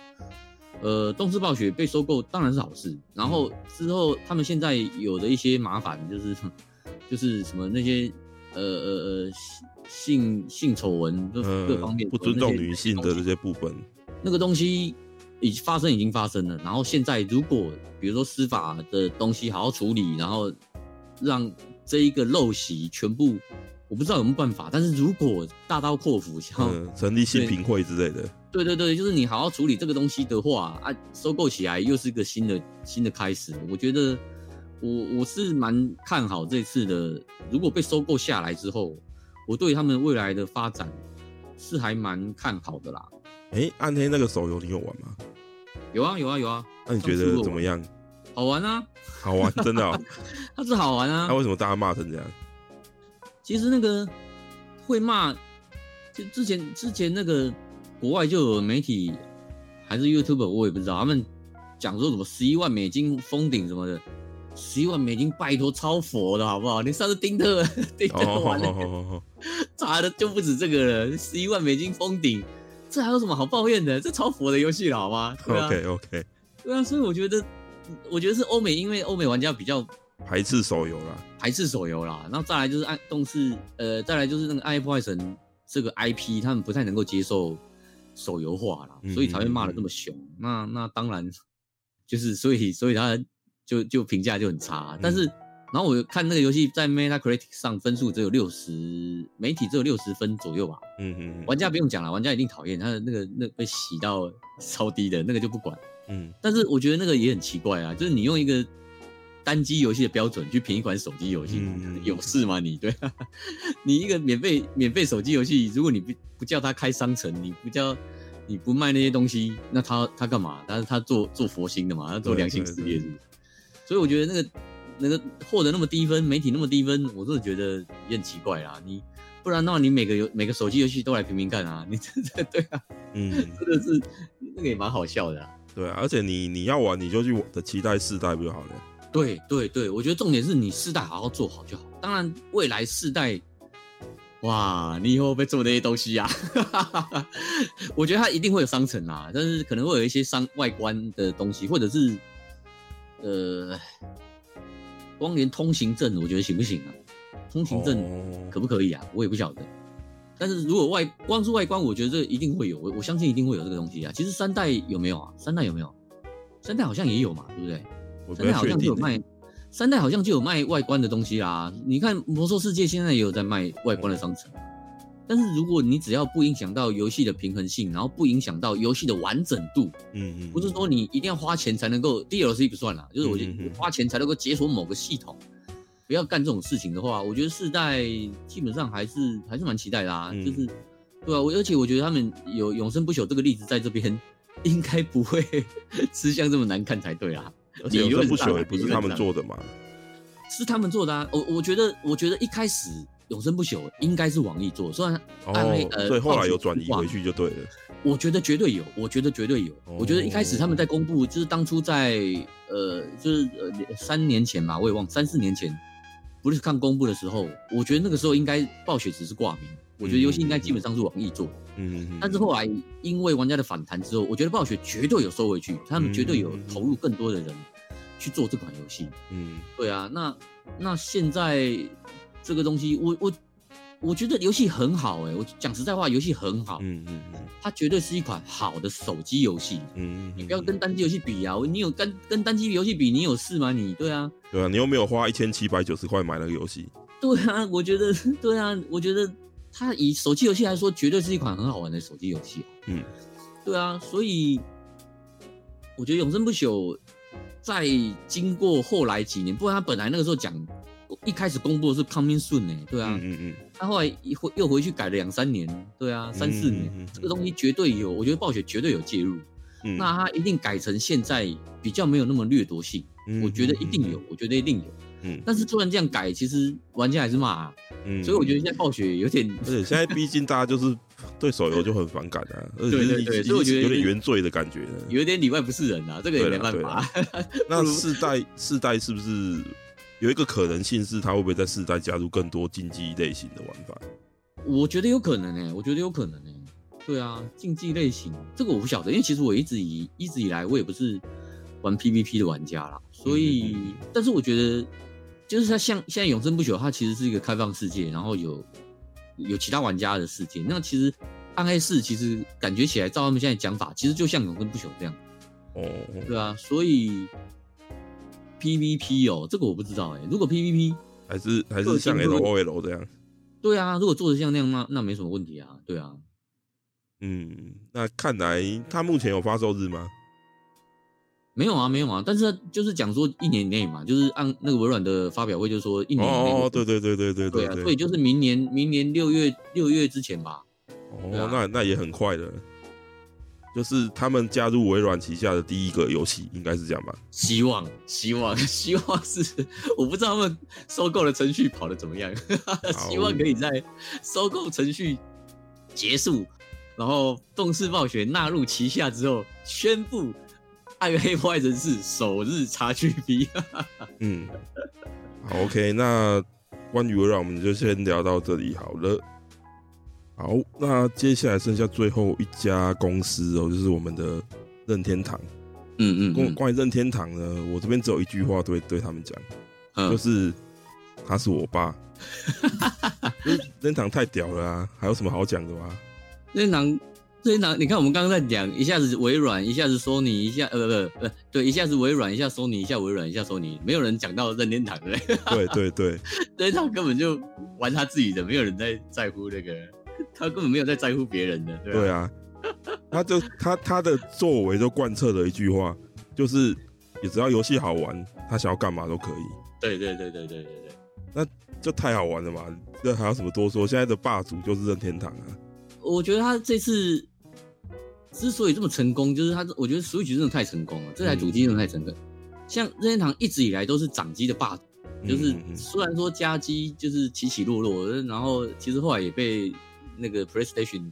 呃，动视暴雪被收购当然是好事。然后之后他们现在有的一些麻烦就是， *laughs* 就是什么那些呃呃呃性性丑闻，就各
嗯
方面、，
不尊重女性的这些部分，
那个东西已经发生，已经发生了。然后现在如果比如说司法的东西好好处理，然后让这一个陋习全部，我不知道有没有办法。但是如果大刀阔斧，像、
嗯，成立性
对
评会之类的，
对对对，就是你好好处理这个东西的话啊，收购起来又是一个新的新的开始。我觉得我我是蛮看好这次的，如果被收购下来之后，我对他们未来的发展是还蛮看好的啦。
哎、暗黑那个手游你有玩吗？
有啊有啊有啊，
那你觉
上次
得
我
怎么样？ *laughs*
好玩啊，
好玩，真的、
*laughs*
哦？
它是好玩
那、
啊。
为什么大家骂成这
*laughs*
样？
其实那个会骂，就之前之前那个国外就有媒体还是 YouTube，我也不知道。他们讲说什么十一万美金封顶什么的，十一万美金拜托超佛的好不好？你上次丁特丁特
哦，
完了
好好
*laughs*
好好，
查的就不止这个了，十一万美金封顶，这还有什么好抱怨的？这超佛的游戏了好吗？对啊
OK OK，
对啊，所以我觉得，我觉得是欧美，因为欧美玩家比较
排斥手游啦，
还是手游啦，然后再来就是暗动视，呃，再来就是那个《暗夜破坏神》这个 IP，他们不太能够接受手游化啦，
嗯
所以才会骂的这么凶。那那当然就是，所以所以他就就评价就很差。但是，
嗯
然后我看那个游戏在 Metacritic 上分数只有六十，媒体只有六十分左右吧。
嗯嗯嗯
玩家不用讲了，玩家一定讨厌他的那个那被洗到超低的那个就不管。
嗯，
但是我觉得那个也很奇怪啊，就是你用一个单机游戏的标准去评一款手机游戏，
嗯
*laughs* 有事吗你？对、啊，你一个免费免费手机游戏，如果你不不叫他开商城，你不叫你不卖那些东西，那他他干嘛？他他做做佛心的嘛，他做
对
良心
对
事
对
业是不是？所以我觉得那个那个获得那么低分，媒体那么低分，我真的觉得也很奇怪啦。你不然的话，你每个游每个手机游戏都来评评看啊，你真的 *laughs* 对啊，
嗯，
真的是那个也蛮好笑的、啊。
对啊，而且你你要玩，你就去我的期待世代不就好了？
对对对，我觉得重点是你世代好好做好就好。当然，未来世代，哇，你以后会不会做那些东西啊？ *laughs* 我觉得它一定会有商城啦，但是可能会有一些商外观的东西，或者是呃，光连通行证，我觉得行不行啊？通行证
哦
可不可以啊？我也不晓得。但是如果外光是外观，我觉得这一定会有，我我相信一定会有这个东西啊。其实三代有没有啊？三代有没有？三代好像也有嘛，对不对？
我不
三代
太
好
确
像就
定
有
欸。
卖，三代好像就有卖外观的东西啦。你看《魔兽世界》现在也有在卖外观的商城，但是如果你只要不影响到游戏的平衡性，然后不影响到游戏的完整度，
嗯嗯，
不是说你一定要花钱才能够 DLC 不算啦，就是我觉
嗯嗯
得
嗯
花钱才能够解锁某个系统，不要干这种事情的话，我觉得世代基本上还是还是蛮期待的啊，
嗯
就是对啊，我而且我觉得他们有永生不朽这个例子在这边，应该不会 *laughs* 吃相这么难看才对啊。
而且
理
有
论
生不
上
朽
啊
也不是
理论
他们
上
做的嘛。
是他们做的啊。我我觉得，我觉得一开始《永生不朽》应该是网易做，虽然暧昧
哦，
呃
所以后
放
来
逐
有转移
计划
回去就对了。
我觉得绝对有，我觉得绝对有。
哦
我觉得一开始他们在公布，就是当初在呃，就是呃三年前吧，我也忘三四年前，不是看公布的时候，我觉得那个时候应该暴雪只是挂名，我觉得游戏应该基本上是网易做的。
嗯，嗯
但是后来因为玩家的反弹之后，我觉得暴雪绝对有收回去，他们绝对有
嗯
投入更多的人去做这款游戏。
嗯
对啊，那那现在这个东西，我我我觉得游戏很好哎、我讲实在话，游戏很好，
嗯嗯嗯
它绝对是一款好的手机游戏。
嗯，
你
你
不要跟单机游戏比啊！你有跟跟单机游戏比，你有事吗你？对啊，
对啊，你又没有花一千七百九十块买那个游戏，
*laughs* 对啊，我觉得，对啊，我觉得它以手机游戏来说，绝对是一款很好玩的手机游戏。哦
嗯，
对啊，所以我觉得《永生不朽》在经过后来几年，不然他本来那个时候讲，一开始公布的是 Coming Soon 呢、对啊，
嗯嗯嗯，
他后来一回又回去改了两三年，对啊，三四年，
嗯嗯嗯
这个东西绝对有，我觉得暴雪绝对有介入，
嗯
那他一定改成现在比较没有那么掠夺性，我觉得一定有，，我觉得一定有。
嗯
但是突然这样改，其实玩家还是骂、啊，
嗯
所以我觉得现在暴雪有点
而且现在毕竟大家就是对手游就很反感啊，而且
*laughs* 对对对
已经
所以我觉得
有点原罪的感觉了。
有点里外不是人啊，这个也
对
没
啦
办
对
法
啦。那世代世代是不是有一个可能性是他会不会在世代加入更多竞技类型的玩法？
*laughs* 我觉得有可能呢、欸我觉得有可能呢、对啊，竞技类型这个我不晓得，因为其实我一直以一直以来我也不是玩 PVP 的玩家啦，所以，
嗯嗯
但是我觉得就是它像现在永生不朽，它其实是一个开放世界，然后有有其他玩家的世界。那其实暗黑四其实感觉起来，照他们现在讲法，其实就像永生不朽这样，
哦，
对啊，所以 PVP 哦，这个我不知道哎、如果 PVP
还是还
个
是像
性会
L O L 这样？
对啊，如果做的像那样，那那没什么问题啊，对啊，
嗯，那看来他目前有发售日吗？
没有啊，没有啊，但是就是讲说一年内嘛，就是按那个微软的发表会，就是说一年内会
哦，对对对对对
对啊，所以
对，
就是明年明年六月六月之前吧，对
哦
啊，
那那也很快了，就是他们加入微软旗下的第一个游戏，应该是这样吧？
希望希望 *laughs* 希望是我不知道他们收购的程序跑得怎么样，希望可以在收购程序结束然后动视暴雪纳入旗下之后，宣布《暗黑破坏神四》首日 XGP。
嗯，好，OK，那 *laughs* 关于微软，我们就先聊到这里好了。好，那接下来剩下最后一家公司哦，就是我们的任天堂。
嗯嗯
关关于任天堂呢，我这边只有一句话对对他们讲，
嗯
就
嗯，
是他是我
*laughs*
爸。就是任天堂太屌了啊，还有什么好讲的吗？
任天堂，任天堂，你看我们刚刚在讲，一下子微软，一下子索尼，一下呃不不不，对，一下子微软，一下索尼，一下微软，一下索尼，没有人讲到任天堂的， *laughs* 任
对对对，
天堂根本就玩他自己的，没有人在在乎那个，他根本没有在在乎别人的， *laughs* 对吧
对啊，他就他他的作为就贯彻了一句话，就是也只要游戏好玩，他想要干嘛都可以，
对对对对对对对，
这太好玩了嘛！这还有什么多说？现在的霸主就是任天堂啊，
我觉得他这次之所以这么成功，就是他，我觉得 Switch 真的太成功了，这台主机真的太成功。像任天堂一直以来都是掌机的霸主，
嗯
就是
嗯嗯
虽然说家机就是起起落落，然后其实后来也被那个 PlayStation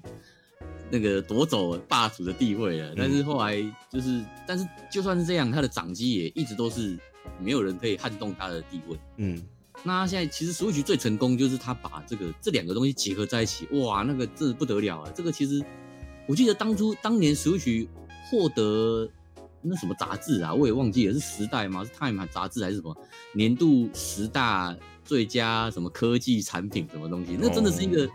那个夺走了霸主的地位
嗯
了，但是后来就是，但是就算是这样，他的掌机也一直都是没有人可以撼动他的地位。
嗯
那现在其实 Switch 最成功就是他把这个这两个东西结合在一起，哇，那个真的不得了啊！这个其实我记得当初当年 Switch 获得那什么杂志啊，我也忘记了是《时代》吗？是《Time》杂志还是什么年度十大最佳什么科技产品什么东西？那真的是一个、
哦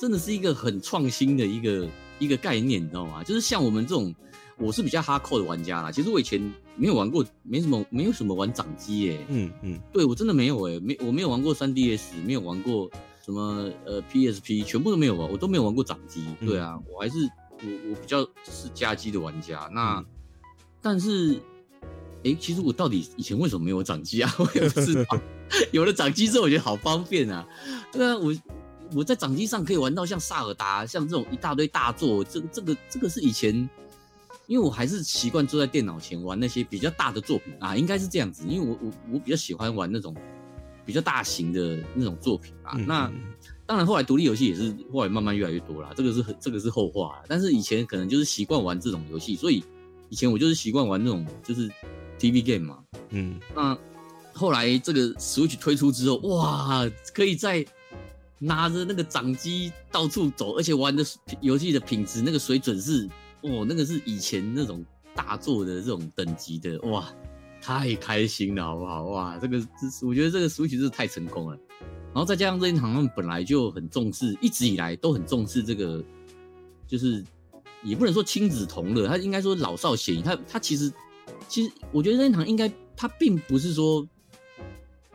真的是一个很创新的一个一个概念，你知道吗？就是像我们这种。我是比较哈扣的玩家啦，其实我以前没有玩过，没什么，没有什么玩掌机耶、
嗯嗯
对我真的没有哎、没我没有玩过 3DS，没有玩过什么呃 PSP，全部都没有玩，我都没有玩过掌机。
嗯
对啊，我还是我我比较是家机的玩家。那、
嗯
但是，诶，其实我到底以前为什么没有掌机啊？ *laughs* 我也不知道。有了掌机之后，我觉得好方便啊。对啊，我我在掌机上可以玩到像萨尔达，像这种一大堆大作，这这个这个是以前。因为我还是习惯坐在电脑前玩那些比较大的作品啊，应该是这样子，因为我我我比较喜欢玩那种比较大型的那种作品啊。
嗯
那
嗯
当然，后来独立游戏也是后来慢慢越来越多啦，这个是很这个是后话啦。但是以前可能就是习惯玩这种游戏，所以以前我就是习惯玩那种就是 TV game 嘛，
嗯
那后来这个 Switch 推出之后，哇，可以在拿着那个掌机到处走，而且玩的游戏的品质那个水准是，哦，那个是以前那种大作的这种等级的，哇，太开心了，好不好？哇，这个这是我觉得这个 Switch 真的太成功了。然后再加上任天堂他们本来就很重视，一直以来都很重视这个，就是也不能说亲子同乐，他应该说老少咸宜。他他其实其实我觉得任天堂应该他并不是说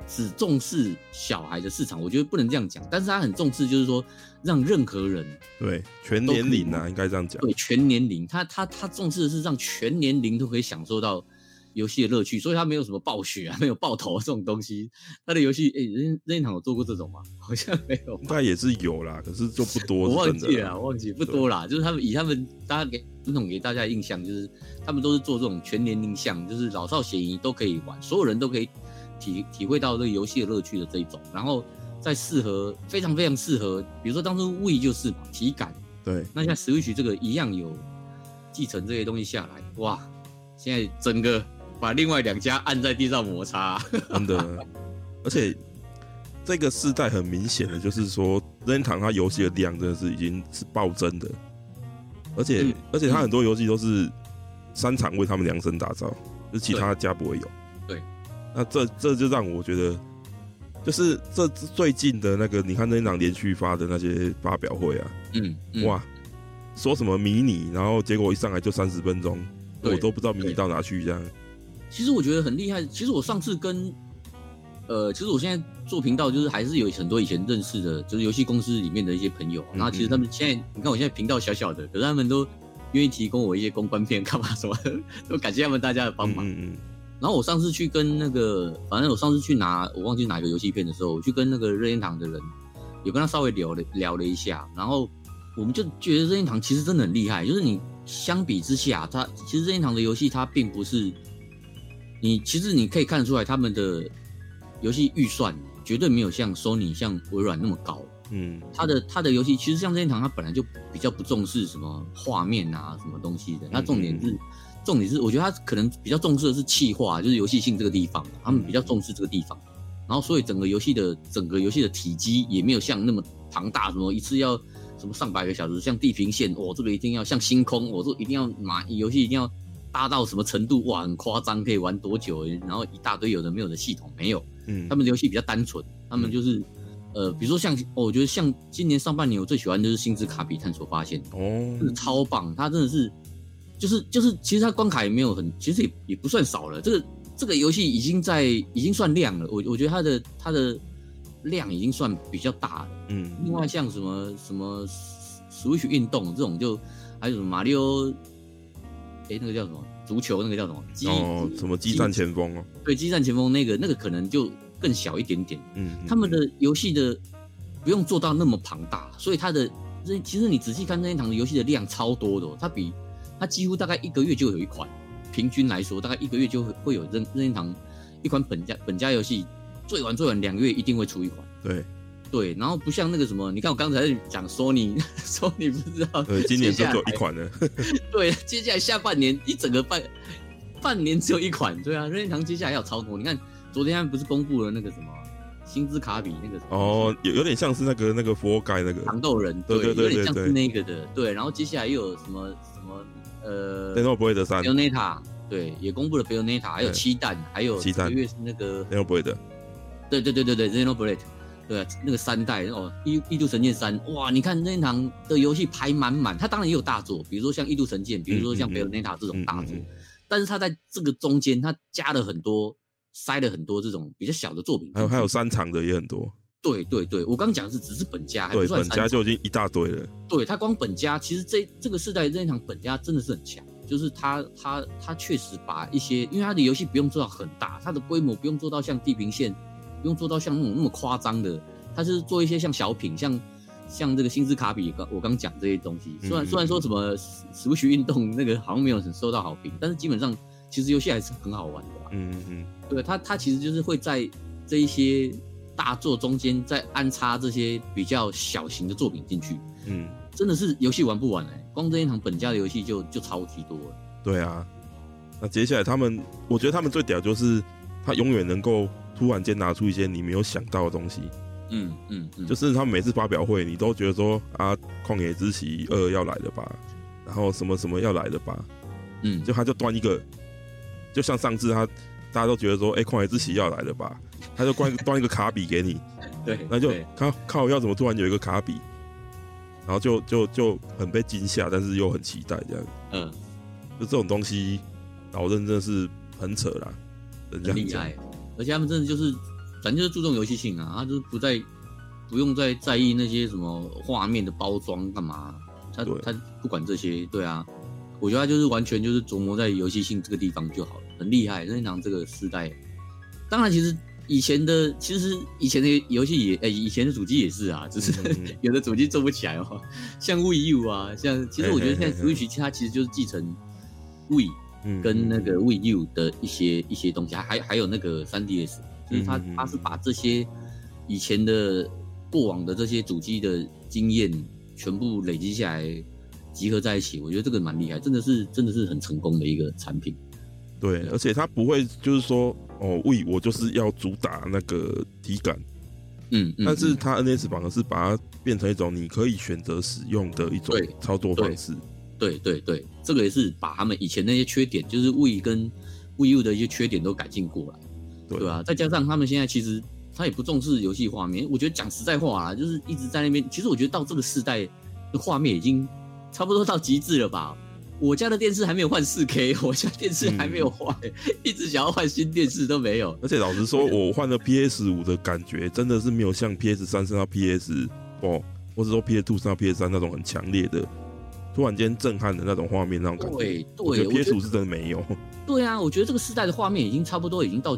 只重视小孩的市场，我觉得不能这样讲，但是他很重视就是说让任何人
对，全
都可以
年龄啊，应该这样讲。
对全年龄，他他他重视的是让全年龄都可以享受到游戏的乐趣，所以他没有什么暴雪啊，没有爆头啊这种东西。他的游戏，哎、任任天堂有做过这种吗？ *laughs* 好像没有
应，该也是有啦，可是就不多，
我
是
忘
真的
记了
啦
啊，我忘记不多啦。就是他们以他们大家给传统给大家的印象，就是他们都是做这种全年龄向，就是老少咸宜都可以玩，所有人都可以体体会到这个游戏的乐趣的这一种，然后再适合非常非常适合，比如说当初 We 就是嘛，体感。
对，
那像 Switch 这个一样有继承这些东西下来，哇！现在整个把另外两家按在地上摩擦， *laughs*
真的。而且这个世代很明显的就是说，任天堂它游戏的量真的是已经是暴增的，而且、
嗯
而且它很多游戏都是三场为他们量身打造，就是其他家不会有。
对，
那这这就让我觉得，就是这这最近的那个，你看任天堂连续发的那些发表会啊，
嗯，嗯，
哇，说什么迷你，然后结果一上来就三十分钟，
对
我都不知道迷你到哪去这样。
其实我觉得很厉害。其实我上次跟，呃，其实我现在做频道就是还是有很多以前认识的，就是游戏公司里面的一些朋友啊。
嗯
然后其实他们现在，你看我现在频道小小的，可是他们都愿意提供我一些公关片干嘛什么的， *laughs* 都感谢他们大家的帮忙。
嗯嗯
然后我上次去跟那个，反正我上次去拿，我忘记哪个游戏片的时候，我去跟那个任天堂的人，有跟他稍微聊了聊了一下，然后我们就觉得任天堂其实真的很厉害，就是你相比之下，它其实任天堂的游戏它并不是，你其实你可以看得出来他们的游戏预算绝对没有像 Sony 像微软那么高，
嗯嗯，
它的它的游戏其实像任天堂，它本来就比较不重视什么画面啊什么东西的，它重点是、
嗯
重点是我觉得它可能比较重视的是气化，就是游戏性这个地方，啊他们比较
嗯
重视这个地方，然后所以整个游戏的整个游戏的体积也没有像那么庞大，什么一次要什么上百个小时，像地平线，我、这个一定要像星空，我、这一定要马游戏一定要大到什么程度，哇，很夸张，可以玩多久？然后一大堆有的没有的系统没有。
嗯，
他们的游戏比较单纯，他们就是，呃，比如说像、哦我觉得像今年上半年我最喜欢就是《星之卡比探索发现》，
哦
真，的超棒，它真的是，就是就是，其实它关卡也没有很，其实也也不算少了，这个这个游戏已经在已经算量了，我我觉得它的它的量已经算比较大了。
嗯
另外像什么什么 Switch 运动这种就，还有什么马里奥，诶，那个叫什么足球那个叫什么机
哦，什么激战前锋哦，
对激战前锋那个那个可能就更小一点点。
嗯，嗯
他们的游戏的不用做到那么庞大，所以它的这其实你仔细看任天堂的游戏的量超多的、哦，它比它几乎大概一个月就有一款，平均来说大概一个月就会会有任任天堂一款本家本家游戏，最晚最晚两个月一定会出一款。
对
对，然后不像那个什么，你看我刚才讲 *laughs* Sony，Sony 不知道
对，呃今年
接
就
下
只有
来
一款了，
对，接下来下半年一整个半半年只有一款，对啊，任天堂接下来要超多。你看昨天他们不是公布了那个什么薪资卡比那个什么
哦，有有点像是那个那个佛盖那个
糖豆人，
对对对
有点像
对
是那个的，对。然后接下来又有什么什么呃
d e n o b l a d 三
b a y o n e t a 对，也公布了 b a y o n e t a 还有
对
七蛋，还有
七弹
这个月是那个
d e n o b l a d
对对对对对 Xenoblade，对啊，那个三代哦，《异异度神剑三》哇，你看任天堂的游戏排满满，它当然也有大作，比如说像《异度神剑》，比如说像
嗯嗯
b a y o n e t a 这种
嗯
大
嗯
作，
嗯
但是它在这个中间，它加了很多。塞了很多这种比较小的作品进去，
还有还有三场的也很多，
对对对，我刚讲的是只是本家，还不
对，
算
本
三
家就已经一大堆了，
对他光本家，其实这这个世代任天堂本家真的是很强，就是他他他确实把一些，因为他的游戏不用做到很大，它的规模不用做到像地平线，不用做到像那种那么夸张的，他是做一些像小品，像像这个星之卡比，刚我刚讲这些东西，虽然
嗯嗯
虽然说什么 Switch 运动那个好像没有很受到好评，但是基本上其实游戏还是很好玩的啦。啊
嗯嗯嗯，
对他，他其实就是会在这一些大作中间再安插这些比较小型的作品进去。
嗯，
真的是游戏玩不完哎、光这一堂本家的游戏就就超级多了。
对啊。那接下来他们，我觉得他们最屌就是他永远能够突然间拿出一些你没有想到的东西，
嗯嗯嗯，
就是是他们每次发表会，你都觉得说啊，《旷野之息二》要来了吧，然后什么什么要来了吧，
嗯
就他就端一个，就像上次他大家都觉得说，哎、旷野之息要来了吧，他就端端一个卡比给你，
对，
那就
对
靠靠，要怎么突然有一个卡比，然后就就就很被惊吓，但是又很期待这样，
嗯
就这种东西，老任真的是很扯啦，人家
很厉害，而且他们真的就是，反正就是注重游戏性啊，他就是不再不用再在意那些什么画面的包装干嘛，他
对
他不管这些，对啊，我觉得他就是完全就是琢磨在游戏性这个地方就好了，很厉害。任天堂这个时代，当然其实以前的其实以前的游戏也，呃、以前的主机也是啊，只是
嗯嗯
*laughs* 有的主机做不起来哦，像 Wii U 啊，像其实我觉得现在
嘿嘿嘿
Switch 它其实就是继承 Wii。
嗯
跟那个 Wii U 的一些一些东西，还还有那个 3DS，就是它
嗯嗯嗯
它是把这些以前的过往的这些主机的经验全部累积下来，集合在一起，我觉得这个蛮厉害，真的是真的是很成功的一个产品。
对，而且他不会就是说哦，为我就是要主打那个体感，
嗯，嗯
但是
嗯
它 NS 反而是把它变成一种你可以选择使用的一种
对
操作方式。
对对对，这个也是把他们以前那些缺点，就是 Wii 跟 Wii U 的一些缺点都改进过来。
对
对啊，再加上他们现在其实他也不重视游戏画面，我觉得讲实在话啊，就是一直在那边。其实我觉得到这个世代，那画面已经差不多到极致了吧。我家的电视还没有换四 K，我家电视还没有换，一直想要换新电视都没有。
而且老实说，我换了 PS 五的感觉真的是没有像 PS 三升到 PS 哦，或者说 PS two 升到 PS 三那种很强烈的，突然间震撼的那种画面那种感觉。
对
我觉
对，
得
我觉
PS
得
五是真的没有。
对啊，我觉得这个世代的画面已经差不多已经到，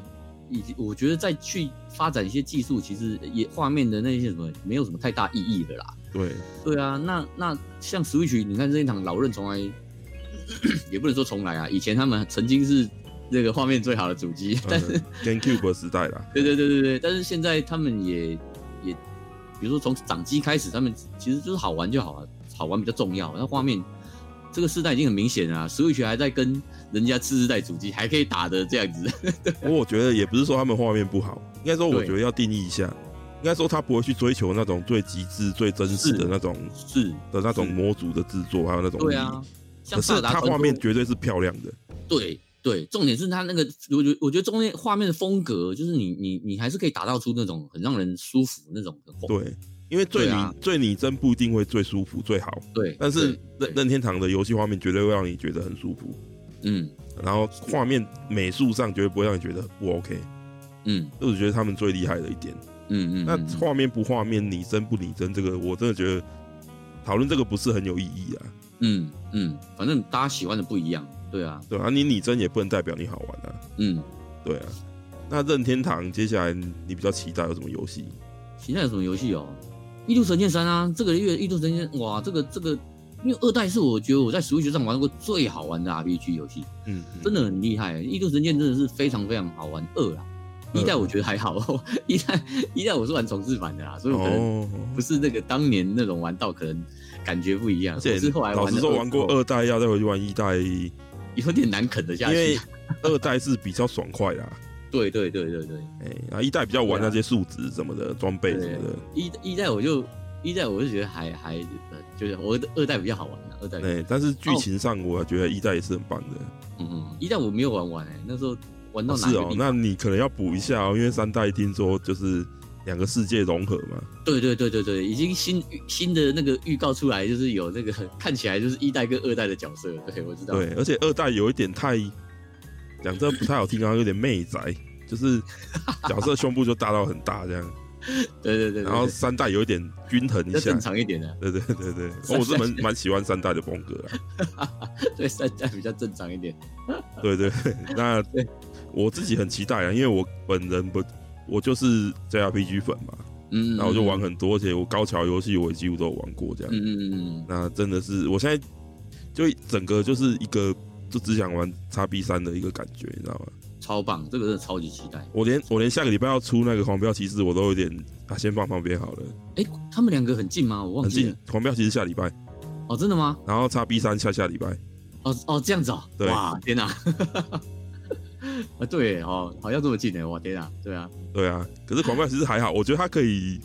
已经我觉得再去发展一些技术，其实也画面的那些什么没有什么太大意义的啦。
对，
对啊，那那像 Switch，你看任天堂老任从来 *coughs* 也不能说从来啊，以前他们曾经是这个画面最好的主
嗯
机，但
嗯、GameCube 时代啦，
对对对对对，但是现在他们也也比如说从掌机开始，他们其实就是好玩就好了，啊好玩比较重要。那画面这个时代已经很明显了、啊、，Switch 还在跟人家次世代主机还可以打的这样子。 *laughs*
不过我觉得也不是说他们画面不好，应该说我觉得要定义一下，应该说他不会去追求那种最极致、最真实的那种
是
的那种模组的制作，还有那种
对啊，
可
像
是
萨达
它
传
画面
说
绝对是漂亮的，
对对，重点是它那个，我觉我觉得中间画面的风格，就是你你你还是可以打造出那种很让人舒服那种很风
对，因为最
哦对
拟、
啊
最拟真不一定会最舒服最好，
对，
但是
对
任任天堂的游戏画面绝对会让你觉得很舒服，
嗯
然后画面美术上绝对不会让你觉得很不 OK，
嗯
这是我觉得他们最厉害的一点。
嗯嗯，
那
嗯
画面不画面，拟真不拟真，这个我真的觉得讨论这个不是很有意义啊，
嗯嗯，反正大家喜欢的不一样，对啊，
对啊，你拟真也不能代表你好玩啊，
嗯，
对啊。那任天堂接下来你比较期待有什么游戏？
现在有什么游戏哦？《异度神剑三》啊，这个月《异度神剑》哇，这个这个，因为二代是我觉得我在 Switch 上玩过最好玩的 RPG 游戏，
嗯，
真的很厉害，《异度神剑》真的是非常非常好玩。二啊，
嗯
一代我觉得还好， *laughs* 一代一代我是玩重置版的啦，所以我可能
哦，
不是那个当年那种玩到可能感觉不一样，
而
我
且
是后来
老
玩
实
的
说，
二
玩过
之后
二代要再回去玩一
*laughs*
代，因
有点难啃得下
为
去。
二代是比较爽快啦，
对对对对对，
哎、然后一代比较玩
对
那
啊
些数值什么的装备什么的，
一一代我就一代我就觉得还还呃就是我的二代比较好玩啊，二代比较
哎、但是剧情上我觉得一代也是很棒的。
嗯嗯，一代我没有玩完哎、那时候玩到
哦
哪
是
个
哦，
地方？
那你可能要补一下哦，因为三代听说就是两个世界融合嘛。
对对对对对，已经新新的那个预告出来，就是有那个 *laughs* 看起来就是一代跟二代的角色，对啊我知道。
对，而且二代有一点太讲真不太好听啊，有点媚宅，就是
*laughs*
角色胸部就大到很大这样。
对对对对，
然后
对
三代有一点均衡
比
一
较
下
正。常一点啊的，
对对对对，哦我是蛮蛮喜欢三代的风格啊。
*laughs* 对三代比较正常一点。
对对，对那
对
我自己很期待啊，因为我本人不，我就是 JRPG 粉嘛，
嗯，
那我就玩很多，而且我高桥游戏我也几乎都有玩过这样。
嗯嗯嗯
那真的是，我现在就整个就是一个就只想玩叉 B 三的一个感觉，你知道吗？
嗯，超棒，这个真的超级期待。
我连我连下个礼拜要出那个狂飙骑士，我都有点啊，先放旁边好了。
哎、他们两个很近吗？我忘
很
记
近
了。，
狂飙骑士下礼拜，
哦，真的吗？
然后叉 B 三下下礼拜。
哦哦，这样子哦。
对
哇，天哪！ *laughs* 啊，对耶哦，好像这么近呢。哇，天哪，对啊，
对啊，可是狂飙骑士还好，我觉得它可以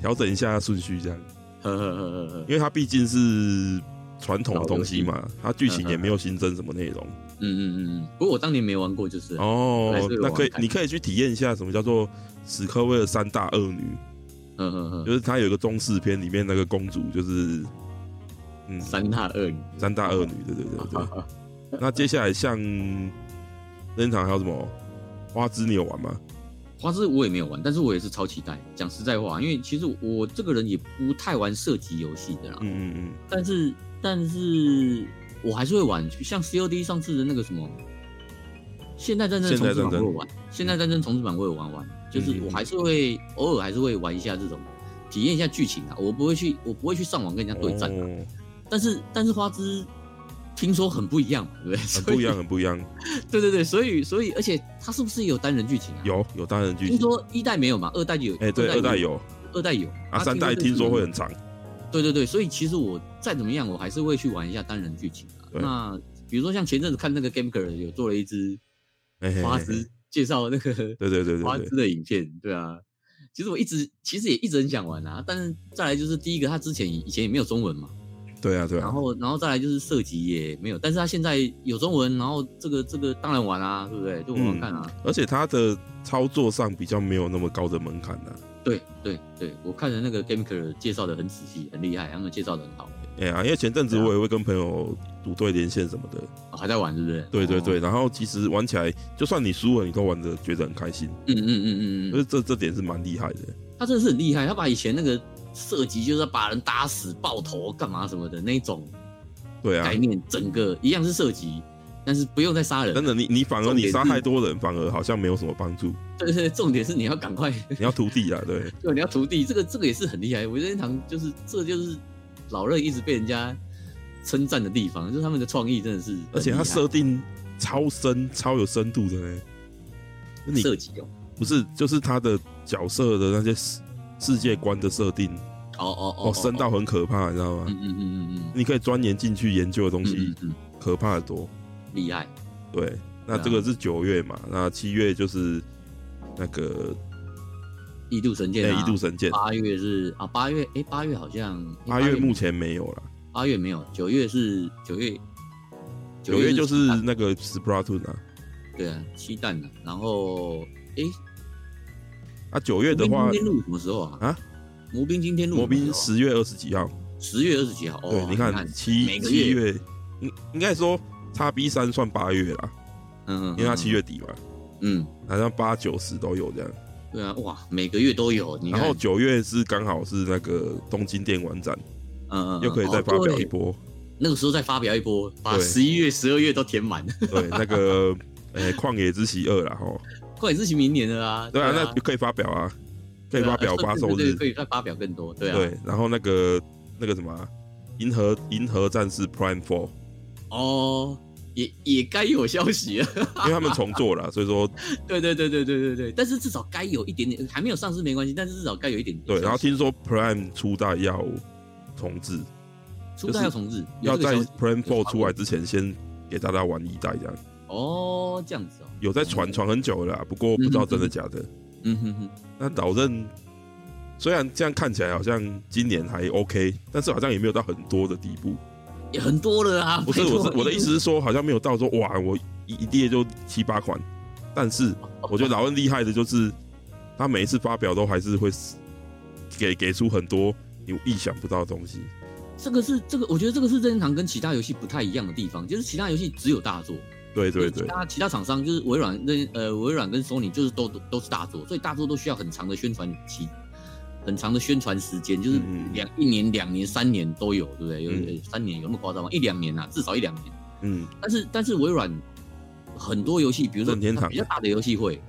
调整一下顺序这样，
呵呵呵呵呵
因。为它毕竟是传统的东西嘛，它剧情也没有新增什么内容。
嗯嗯嗯嗯。不过我当年没玩过，就是。
哦
还是，有
那可以
玩，感
你可以去体验一下什么叫做史克威尔三大恶女。
嗯嗯
就是它有一个中式片，里面那个公主就是，嗯
嗯，，三大恶女。
三大恶女，对对对对。
*laughs*
那接下来像任天堂还有什么花枝，你有玩吗？
花之我也没有玩，但是我也是超期待。讲实在话，因为其实我这个人也不太玩射击游戏的啦，
嗯嗯
但是但是我还是会玩，像 COD 上次的那个什么《现代战争》重置版我有玩，《现代战争》重置版我有玩玩，
嗯
就是我还是会偶尔还是会玩一下这种，体验一下剧情啊。我不会去，我不会去上网跟
嗯，
人家对战啊、
哦，
但是但是花枝听说很不一样嘛，对不对？
很
*laughs* 所以
不一样，很不一样。
*laughs* 对对对，所以所以而且它是不是也有单人剧情啊？。
有有单人剧
听
情，
说一代没有嘛，二代就有。
哎，对，二代，有
二代有
啊，三代听说会。很长。
对对对，所以其实我再怎么样，我还是会去玩一下单人剧情啊。
对
那比如说像前阵子看那个 Gamer 有做了一支
哎嘿嘿
花
嘿
枝介绍那个
对对对
花
对
枝
对，
的影片，对啊。其实我一直其实也一直很想玩啊，但是再来就是第一个，他之前以前也没有中文嘛，
对啊对
然
啊，
后然后再来就是射击也没有，但是他现在有中文，然后这个这个当然玩啊，对不对？就玩玩看啊。
而且它的操作上比较没有那么高的门槛啊呐。
对对对，我看了那个 Gamer 介绍的很仔细，很厉害，他们介绍的很好，
哎呀，因为前阵子
对啊
我也会跟朋友组队连线什么的，
哦还在玩，对不对？
对对
哦
对，然后其实玩起来，就算你输了，你都玩的觉得很开心，
嗯嗯嗯嗯
所
嗯，
以这这点是蛮厉害的。
他真的是很厉害，他把以前那个射击就是把人打死、爆头干嘛什么的那一种
对啊
概，念，整个一样是射击，但是不用再杀人。
真的，你你反而
重点
你
是
杀太多人，反而好像没有什么帮助。
对对对，重点是你要赶快，
你要徒弟啊，
*laughs*
对，
对，你要徒弟，这个这个也是很厉害。我任天堂就是这就是老任一直被人家称赞的地方，就是他们的创意真的是很厉害，
而且它设定超深、超有深度的呢。你
射击哦，
不是就是他的角色的那些世界观的设定，
哦哦
哦，
哦，
深到很可怕，你知道吗？
嗯嗯嗯嗯嗯，
你可以钻研进去研究的东西
嗯，嗯
可怕的多。
嗯厉害，
对，那
对啊
这个是九月嘛，那七月就是那个
异度神
哎
剑啊，
异度神剑，
八月是啊，八月哎，八月好像诶
八月目前没有了，
八月没有，九月是九月，
九月就是
鸡蛋
那个 Splatoon 啊，
对啊，七蛋的。然后哎，
啊九月
魔
的
兵
话
今，天录什么时候啊？
啊，
魔兵今天录
魔兵
十
十月二十几号，
啊十月二十几号。哦，
对，你看七
每个
七
月，
月，应应该说叉 B 三算八月啦，
嗯，
因为它七
月，
月底嘛，
嗯，
好像八九十都有这样。
对啊，哇，每个月都有。你
然
看
后，九月是刚好是那个东京电玩展，
嗯嗯，
又可以再
哦
发表一
对
波。
那个时候再发表一波，把
对
十一月、十二月都填满。
对，那个呃《旷野之息二》啦，吼，
*laughs* 快也是明年的啦。
对啊，
啊，
那就可以发表啊，可以
对啊
发表
呃
发售
对对
日
对。可以再发表更多。对啊，
对，然后那个那个什么啊《银河银河战士 Prime Four》，
哦，也也该有消息了。
因为他们重
*laughs*
做了，所以说
对对对对对对对，但是至少该有一点点，还没有上市没关系，但是至少该有一点点消
对。
息。
然后听说 Prime 初代要重置，
初代要重置，
要
有这
在
个消息
Prime
有
Four
传
出来之前先给大家玩一代这样。
哦，这样子哦，
有在传传很久了啦，不过不知道真的假的。
嗯哼哼，
那老任虽然这样看起来好像今年还 OK，但是好像也没有到很多的地步。
也很多了啊。
*laughs* 不是，
拜托
我是我的意思，是说，好像没有到说哇，我一一列就七八款。但是
哦
我觉得老任厉害的就是，他每一次发表都还是会给给出很多你意想不到的东西。
这个是这个，我觉得这个是任天堂跟其他游戏不太一样的地方，就是其他游戏只有大作，
对对
就
对
是其，他其他厂商就是微软、任呃微软跟索尼就是都都都是大作，所以大作都需要很长的宣传期，很长的宣传时间，就是
嗯嗯
两一年、两年、三年都有，对不对？有、
嗯
有三年有那么夸张吗？一两年啊，至少一两年。
嗯，
但是但是微软很多游戏，比如说
任天堂
比较大的游戏会，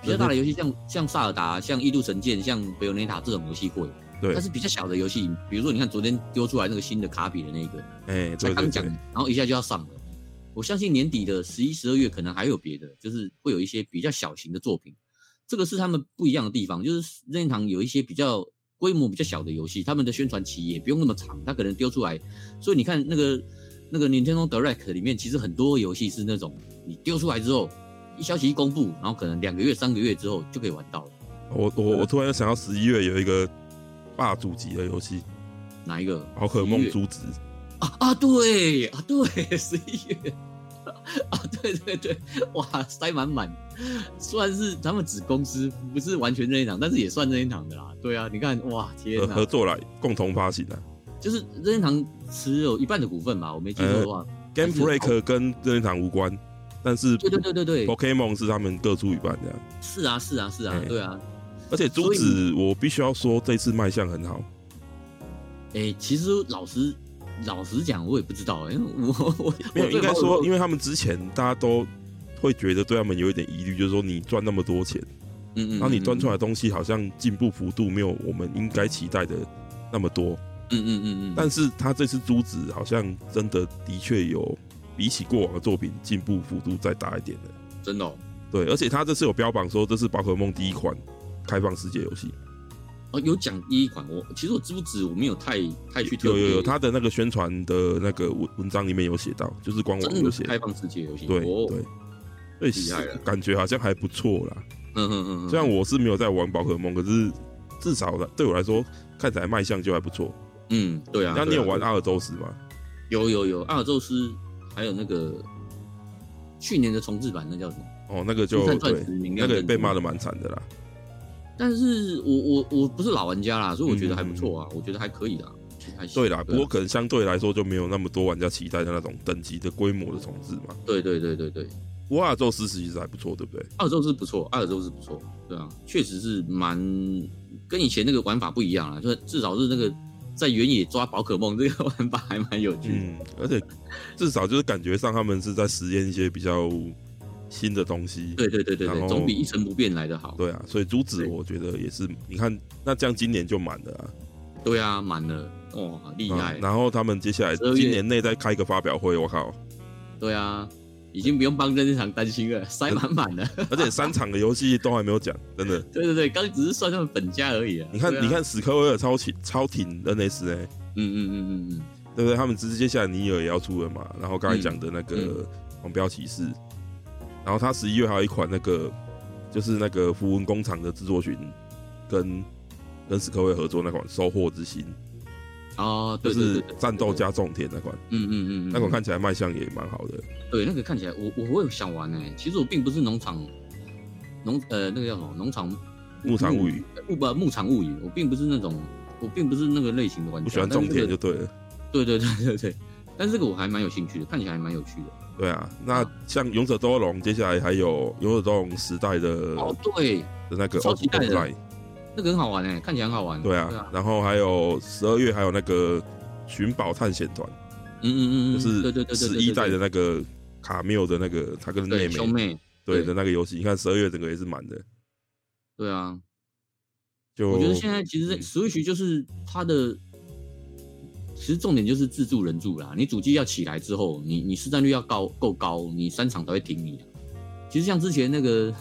比较大的游戏像像萨尔达、像《异度神剑》、像《贝欧内塔》这种游戏会，
对
但，是比较小的游戏，比如说你看昨天丢出来那个新的卡比的那个，
哎，
才
对对
刚讲，
对，
然后一下就要上了。我相信年底的十一、十二月可能还有别的，就是会有一些比较小型的作品。这个是他们不一样的地方，就是任天堂有一些比较规模比较小的游戏，他们的宣传期也不用那么长，他可能丢出来。所以你看那个那个 Nintendo Direct 里面，其实很多游戏是那种你丢出来之后，一消息一公布，然后可能两个月、三个月之后就可以玩到了。
我我我突然又想到十一月有一个霸主级的游戏
哪一个？
《宝可
11
梦
月
珠子》。
啊啊，对啊对， *laughs* 十一月啊，对对对，哇，塞满满，虽然是他们子公司，不是完全任天堂，但是也算任天堂的啦。对啊，你看，哇，天
合
哪，
合作来共同发行啊的。
就是任天堂持有一半的股份吧，我没记错的话，
Game
是好哦
Freak 跟任天堂无关，但是
对对对对对，
Pokemon 是他们各出一半这样。
是啊是啊是啊
哎，
对啊，
而且珠
所以哦
子，我必须要说这次卖相很好，
哎，其实老实老实讲，我也不知道，因为我我
没有
我
应该说，因
为
为他们之前大家都会觉得对他们有一点疑虑，就是说你赚那么多钱，
嗯嗯，
然后你端出
来，
来的东西好像进步幅度没有我们应该期待的那么多。
嗯嗯嗯嗯，
但是他这次珠子好像真的的确有比起过往的作品进步幅度再大一点的。
真的哦
对，而且他这次有标榜说这是宝可梦第一款开放世界游戏。
哦有讲第一款，我其实我知不知我没有太太哎去特
有
别
有有，他的那个宣传的那个文文章里面有写到，就是官网
真
有
的
写
是
到，
开放世界游戏，
对
哦
对，所以
厉害了
感觉好像还不错啦。
嗯嗯嗯嗯，
虽然我是没有在玩宝可梦，可是至少对我来说，看起来卖相就还不错。
嗯对啊，
那你
对啊
有玩？阿尔宙斯吗？
有有有，阿尔宙斯还有那个去年的重置版，那叫什么？
哦，那个就
金灿钻
对
石，明
那
亮
个也
珍珠
被骂的蛮惨的啦。
但是我我我不是老玩家啦，所以我觉得还
嗯嗯
不错啊，我觉得还可以啦，还行
对啦，不过
啊
可能相对来说就没有那么多玩家期待的那种等级的规模的重置嘛。
对对对对对，
不过阿尔宙斯其实还不错，对不对？
阿尔宙斯不错，阿尔宙斯不错，对啊，确实是蛮跟以前那个玩法不一样啦，啊就是至少是那个在原野抓宝可梦这个 *laughs* 玩法还蛮有趣的，
嗯，而且至少就是感觉上他们是在实验一些比较新的东西。
对对对对
然后
对，总比一成不变来的好。
对啊，所以珠子
对
我觉得也是，你看那这样今年就满了啊，
对啊，满了，哦哇，厉害
嗯！然后他们接下来
12月 *laughs*
今年内再开一个发表会，我靠，
对啊，已经不用帮任天堂担心了，塞满满了。 *laughs*
而且三场的游戏都还没有讲，真的。
对对对，刚只是算他们本家而已啊。
你看，
对啊
你，看史克威尔超挺超挺 NS 哎，
嗯嗯嗯嗯嗯，
对不对？他们直接下来尼尔也要出了嘛，然后刚才讲的那个
嗯
狂飙骑士，然后他十一月还有一款那个就是那个符文工厂的制作群跟跟史克威尔合作那款《收获之心》，
哦，
就
对对
是
对，对
战斗，加种田那款，
对对嗯嗯嗯嗯，
那款看起来卖相也蛮好的。
对，那个看起来我我我有想玩呢、欸其实我并不是农场农呃那个叫什么农场
牧场物语
呃牧不牧场物语，我并不是那种我并不是那个类型的玩家。
不喜欢种
啊但是
田就
这个
对了，
对对对对对，但是这个我还蛮有兴趣的，看起来还蛮有趣的。
对啊。那像勇者斗恶龙，接下来还有勇者斗恶龙时代的
哦，对，
的那个
超期待的啊
Online
那个很好玩哎、看起来很好玩。
对啊，然后还有十二月还有那个寻宝探险团，
嗯嗯嗯嗯，
就
对对对
是
对
十
对
一代的
对
那个卡缪的那个他跟妹
对兄
妹
妹，
对
对
的那个游戏，你看十二月整个也是满的，
对啊，
就
我觉得现在其实
嗯
Switch 就是它的，其实重点就是自助人助啦。你主机要起来之后，你你市占率要高够高，你三场才会停你啊、其实像之前那个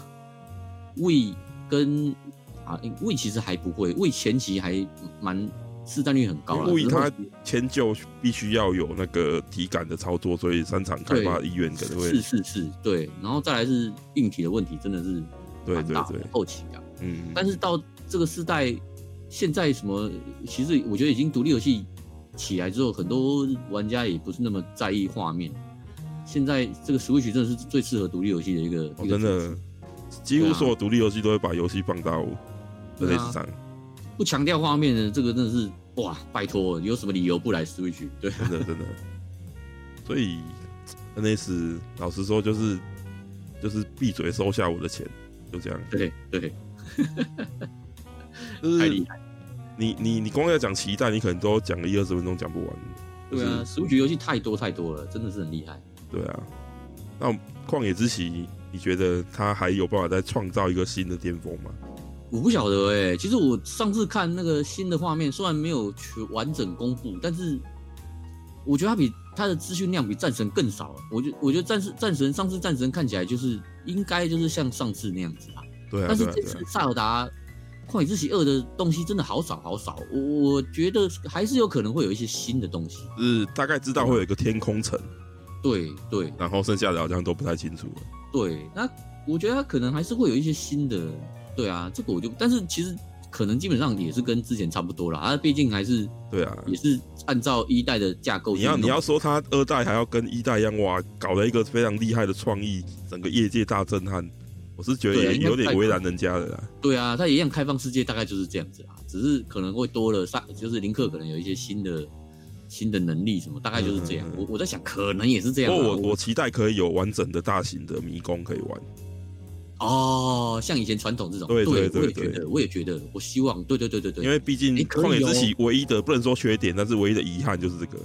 We 跟啊 We 其实还不会，We 前期还蛮市占率很高啦。
因为 Wii
只是后
它迁就必须要有那个体感的操作，所以三场开发意愿可能会
是是是，对，然后再来是硬体的问题，真的是
对
蛮
对
大
对
的，后期啊。
嗯，
但是到这个时代，现在什么，其实我觉得已经独立游戏起来之后，很多玩家也不是那么在意画面。现在这个 Switch 真的是最适合独立游戏的一个，
哦
一个
真的
主机啊
几乎所有独立游戏都会把游戏放到
对啊
NS 上，
不强调画面的这个真的是哇，拜托，有什么理由不来 Switch？对，
真
*laughs*
的真的，所以 NS 老实说就是就是闭嘴收下我的钱，就这样。
对对，
就
太
是
厉害。
你你你光要讲期待，你可能都讲个一二十分钟讲不完。就是
对啊，Switch 游戏太多太多了，真的是很厉害。
对啊，那旷野之息，你觉得他还有办法再创造一个新的巅峰吗？
我不晓得哎、其实我上次看那个新的画面，虽然没有全完整公布，但是我觉得它比它的资讯量比战神更少了。我觉我觉得战士战神上次战神看起来就是应该就是像上次那样子吧，
对啊，
但是
对啊，
这
对
次
啊，
《塞尔达旷野之息二》的东西真的好少好少，我我觉得还是有可能会有一些新的东西。
就是大概知道会有一个天空城，
对对
然后剩下的好像都不太清楚了。
对，那我觉得它可能还是会有一些新的，对啊，这个我就但是其实可能基本上也是跟之前差不多啦，它毕竟还是。
对啊，
也是按照一代的架构
你
去弄。
要你要说他二代还要跟一代一样，哇，搞了一个非常厉害的创意，整个业界大震撼。我是觉得
对啊
也
因为
有点
太
为难人家了啦。
对啊，它一样开放世界大概就是这样子啦，只是可能会多了上，就是林克可能有一些新的新的能力什么，大概就是这样。
嗯嗯嗯
我我在想，可能也是这
不
样啊
过
啦。
我我期待可以有完整的大型的迷宫可以玩。
哦，像以前传统这种，
对对
我也
对
觉得，我也觉得，我希望，对对对对对，
因为毕竟
你可以
旷野之
哦
息唯一的不能说缺点，但是唯一的遗憾就是这个。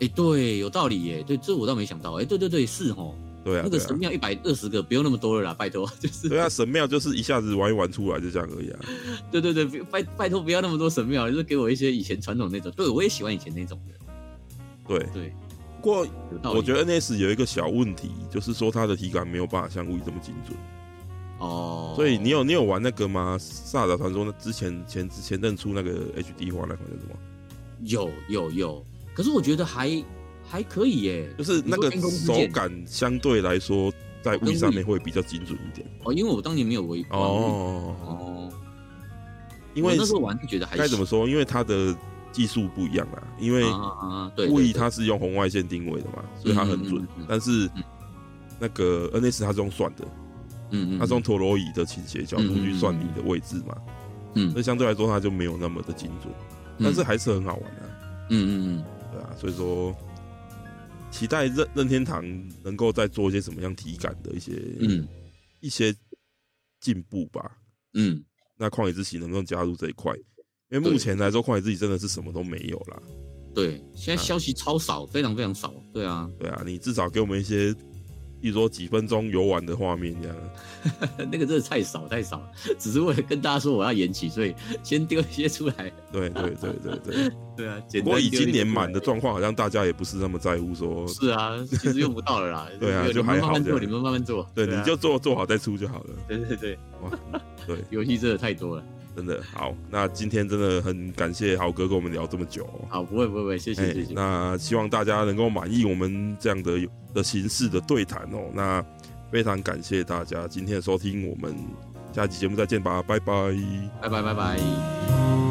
哎，对，有道理耶，对，这我倒没想到，哎，对对对，是哦，
对啊，
那个
对啊
神庙一百二十个，不用那么多了啦，拜托， *laughs* 就是
对啊，神庙就是一下子玩一玩出来就这样而已啊。
对对对，不拜拜托不要那么多神庙，就是给我一些以前传统那种，对我也喜欢以前那种的，
对，
对，
不过
有道理。啊
我觉得 NS 有一个小问题，就是说它的体感没有办法像物理这么精准。
哦，
所以你有你有玩那个吗？萨达传说那之前前之前认出那个 HD 化那款叫什么？
有有有，可是我觉得还还可以耶，
就是那个
你说天空之
手
剑
感相对来说在物理上面会比较精准一点。
哦，因为我当年没有玩
哦，
哦，
因为
我那时候玩就觉得还
该怎
行
么说？因为它的技术不一样啊，因为
啊啊啊啊，对，
物理
对对
它是用红外线定位的嘛，所以它很准
嗯嗯嗯嗯。
但是
嗯
那个 NS 它是用算的，
嗯嗯，
它是用陀螺仪的倾斜角度去算你的位置嘛，
嗯
所以相对来说它就没有那么的精准，但是还是很好玩啊，
嗯嗯嗯，
对啊，所以说期待任任天堂能够再做一些什么样体感的一些
嗯
一些进步吧。
嗯
那旷野之息能不能加入这一块？因为
对
目前来说，旷野之息真的是什么都没有啦，
对，现在消息超少，非常非常少，对啊， *laughs*
对啊，你至少给我们一些例如说几分钟游玩的画面这样。
那个真的太少太少了，只是为了跟大家说我要延期，所以先丢一些出来。
对对对对对。
对啊， *laughs* 简单
不过以
丢一
今
些
年
出来
满的状况，好像大家也不是那么在乎说，。
是啊，其实用不到了啦
*laughs* 对啊
你们
就还好
慢慢
这样
做，你们慢慢做。
对，
啊
你就做做好再出就好了。
对对对，
哇，对，
游戏真的太多了。
真的好。那今天真的很感谢豪哥跟我们聊这么久、哦。
好，不会不会不会，谢
哎
谢谢谢。
那希望大家能够满意我们这样的的形式的对谈哦。那非常感谢大家今天的收听，我们下期节目再见吧，拜拜。
拜拜拜拜。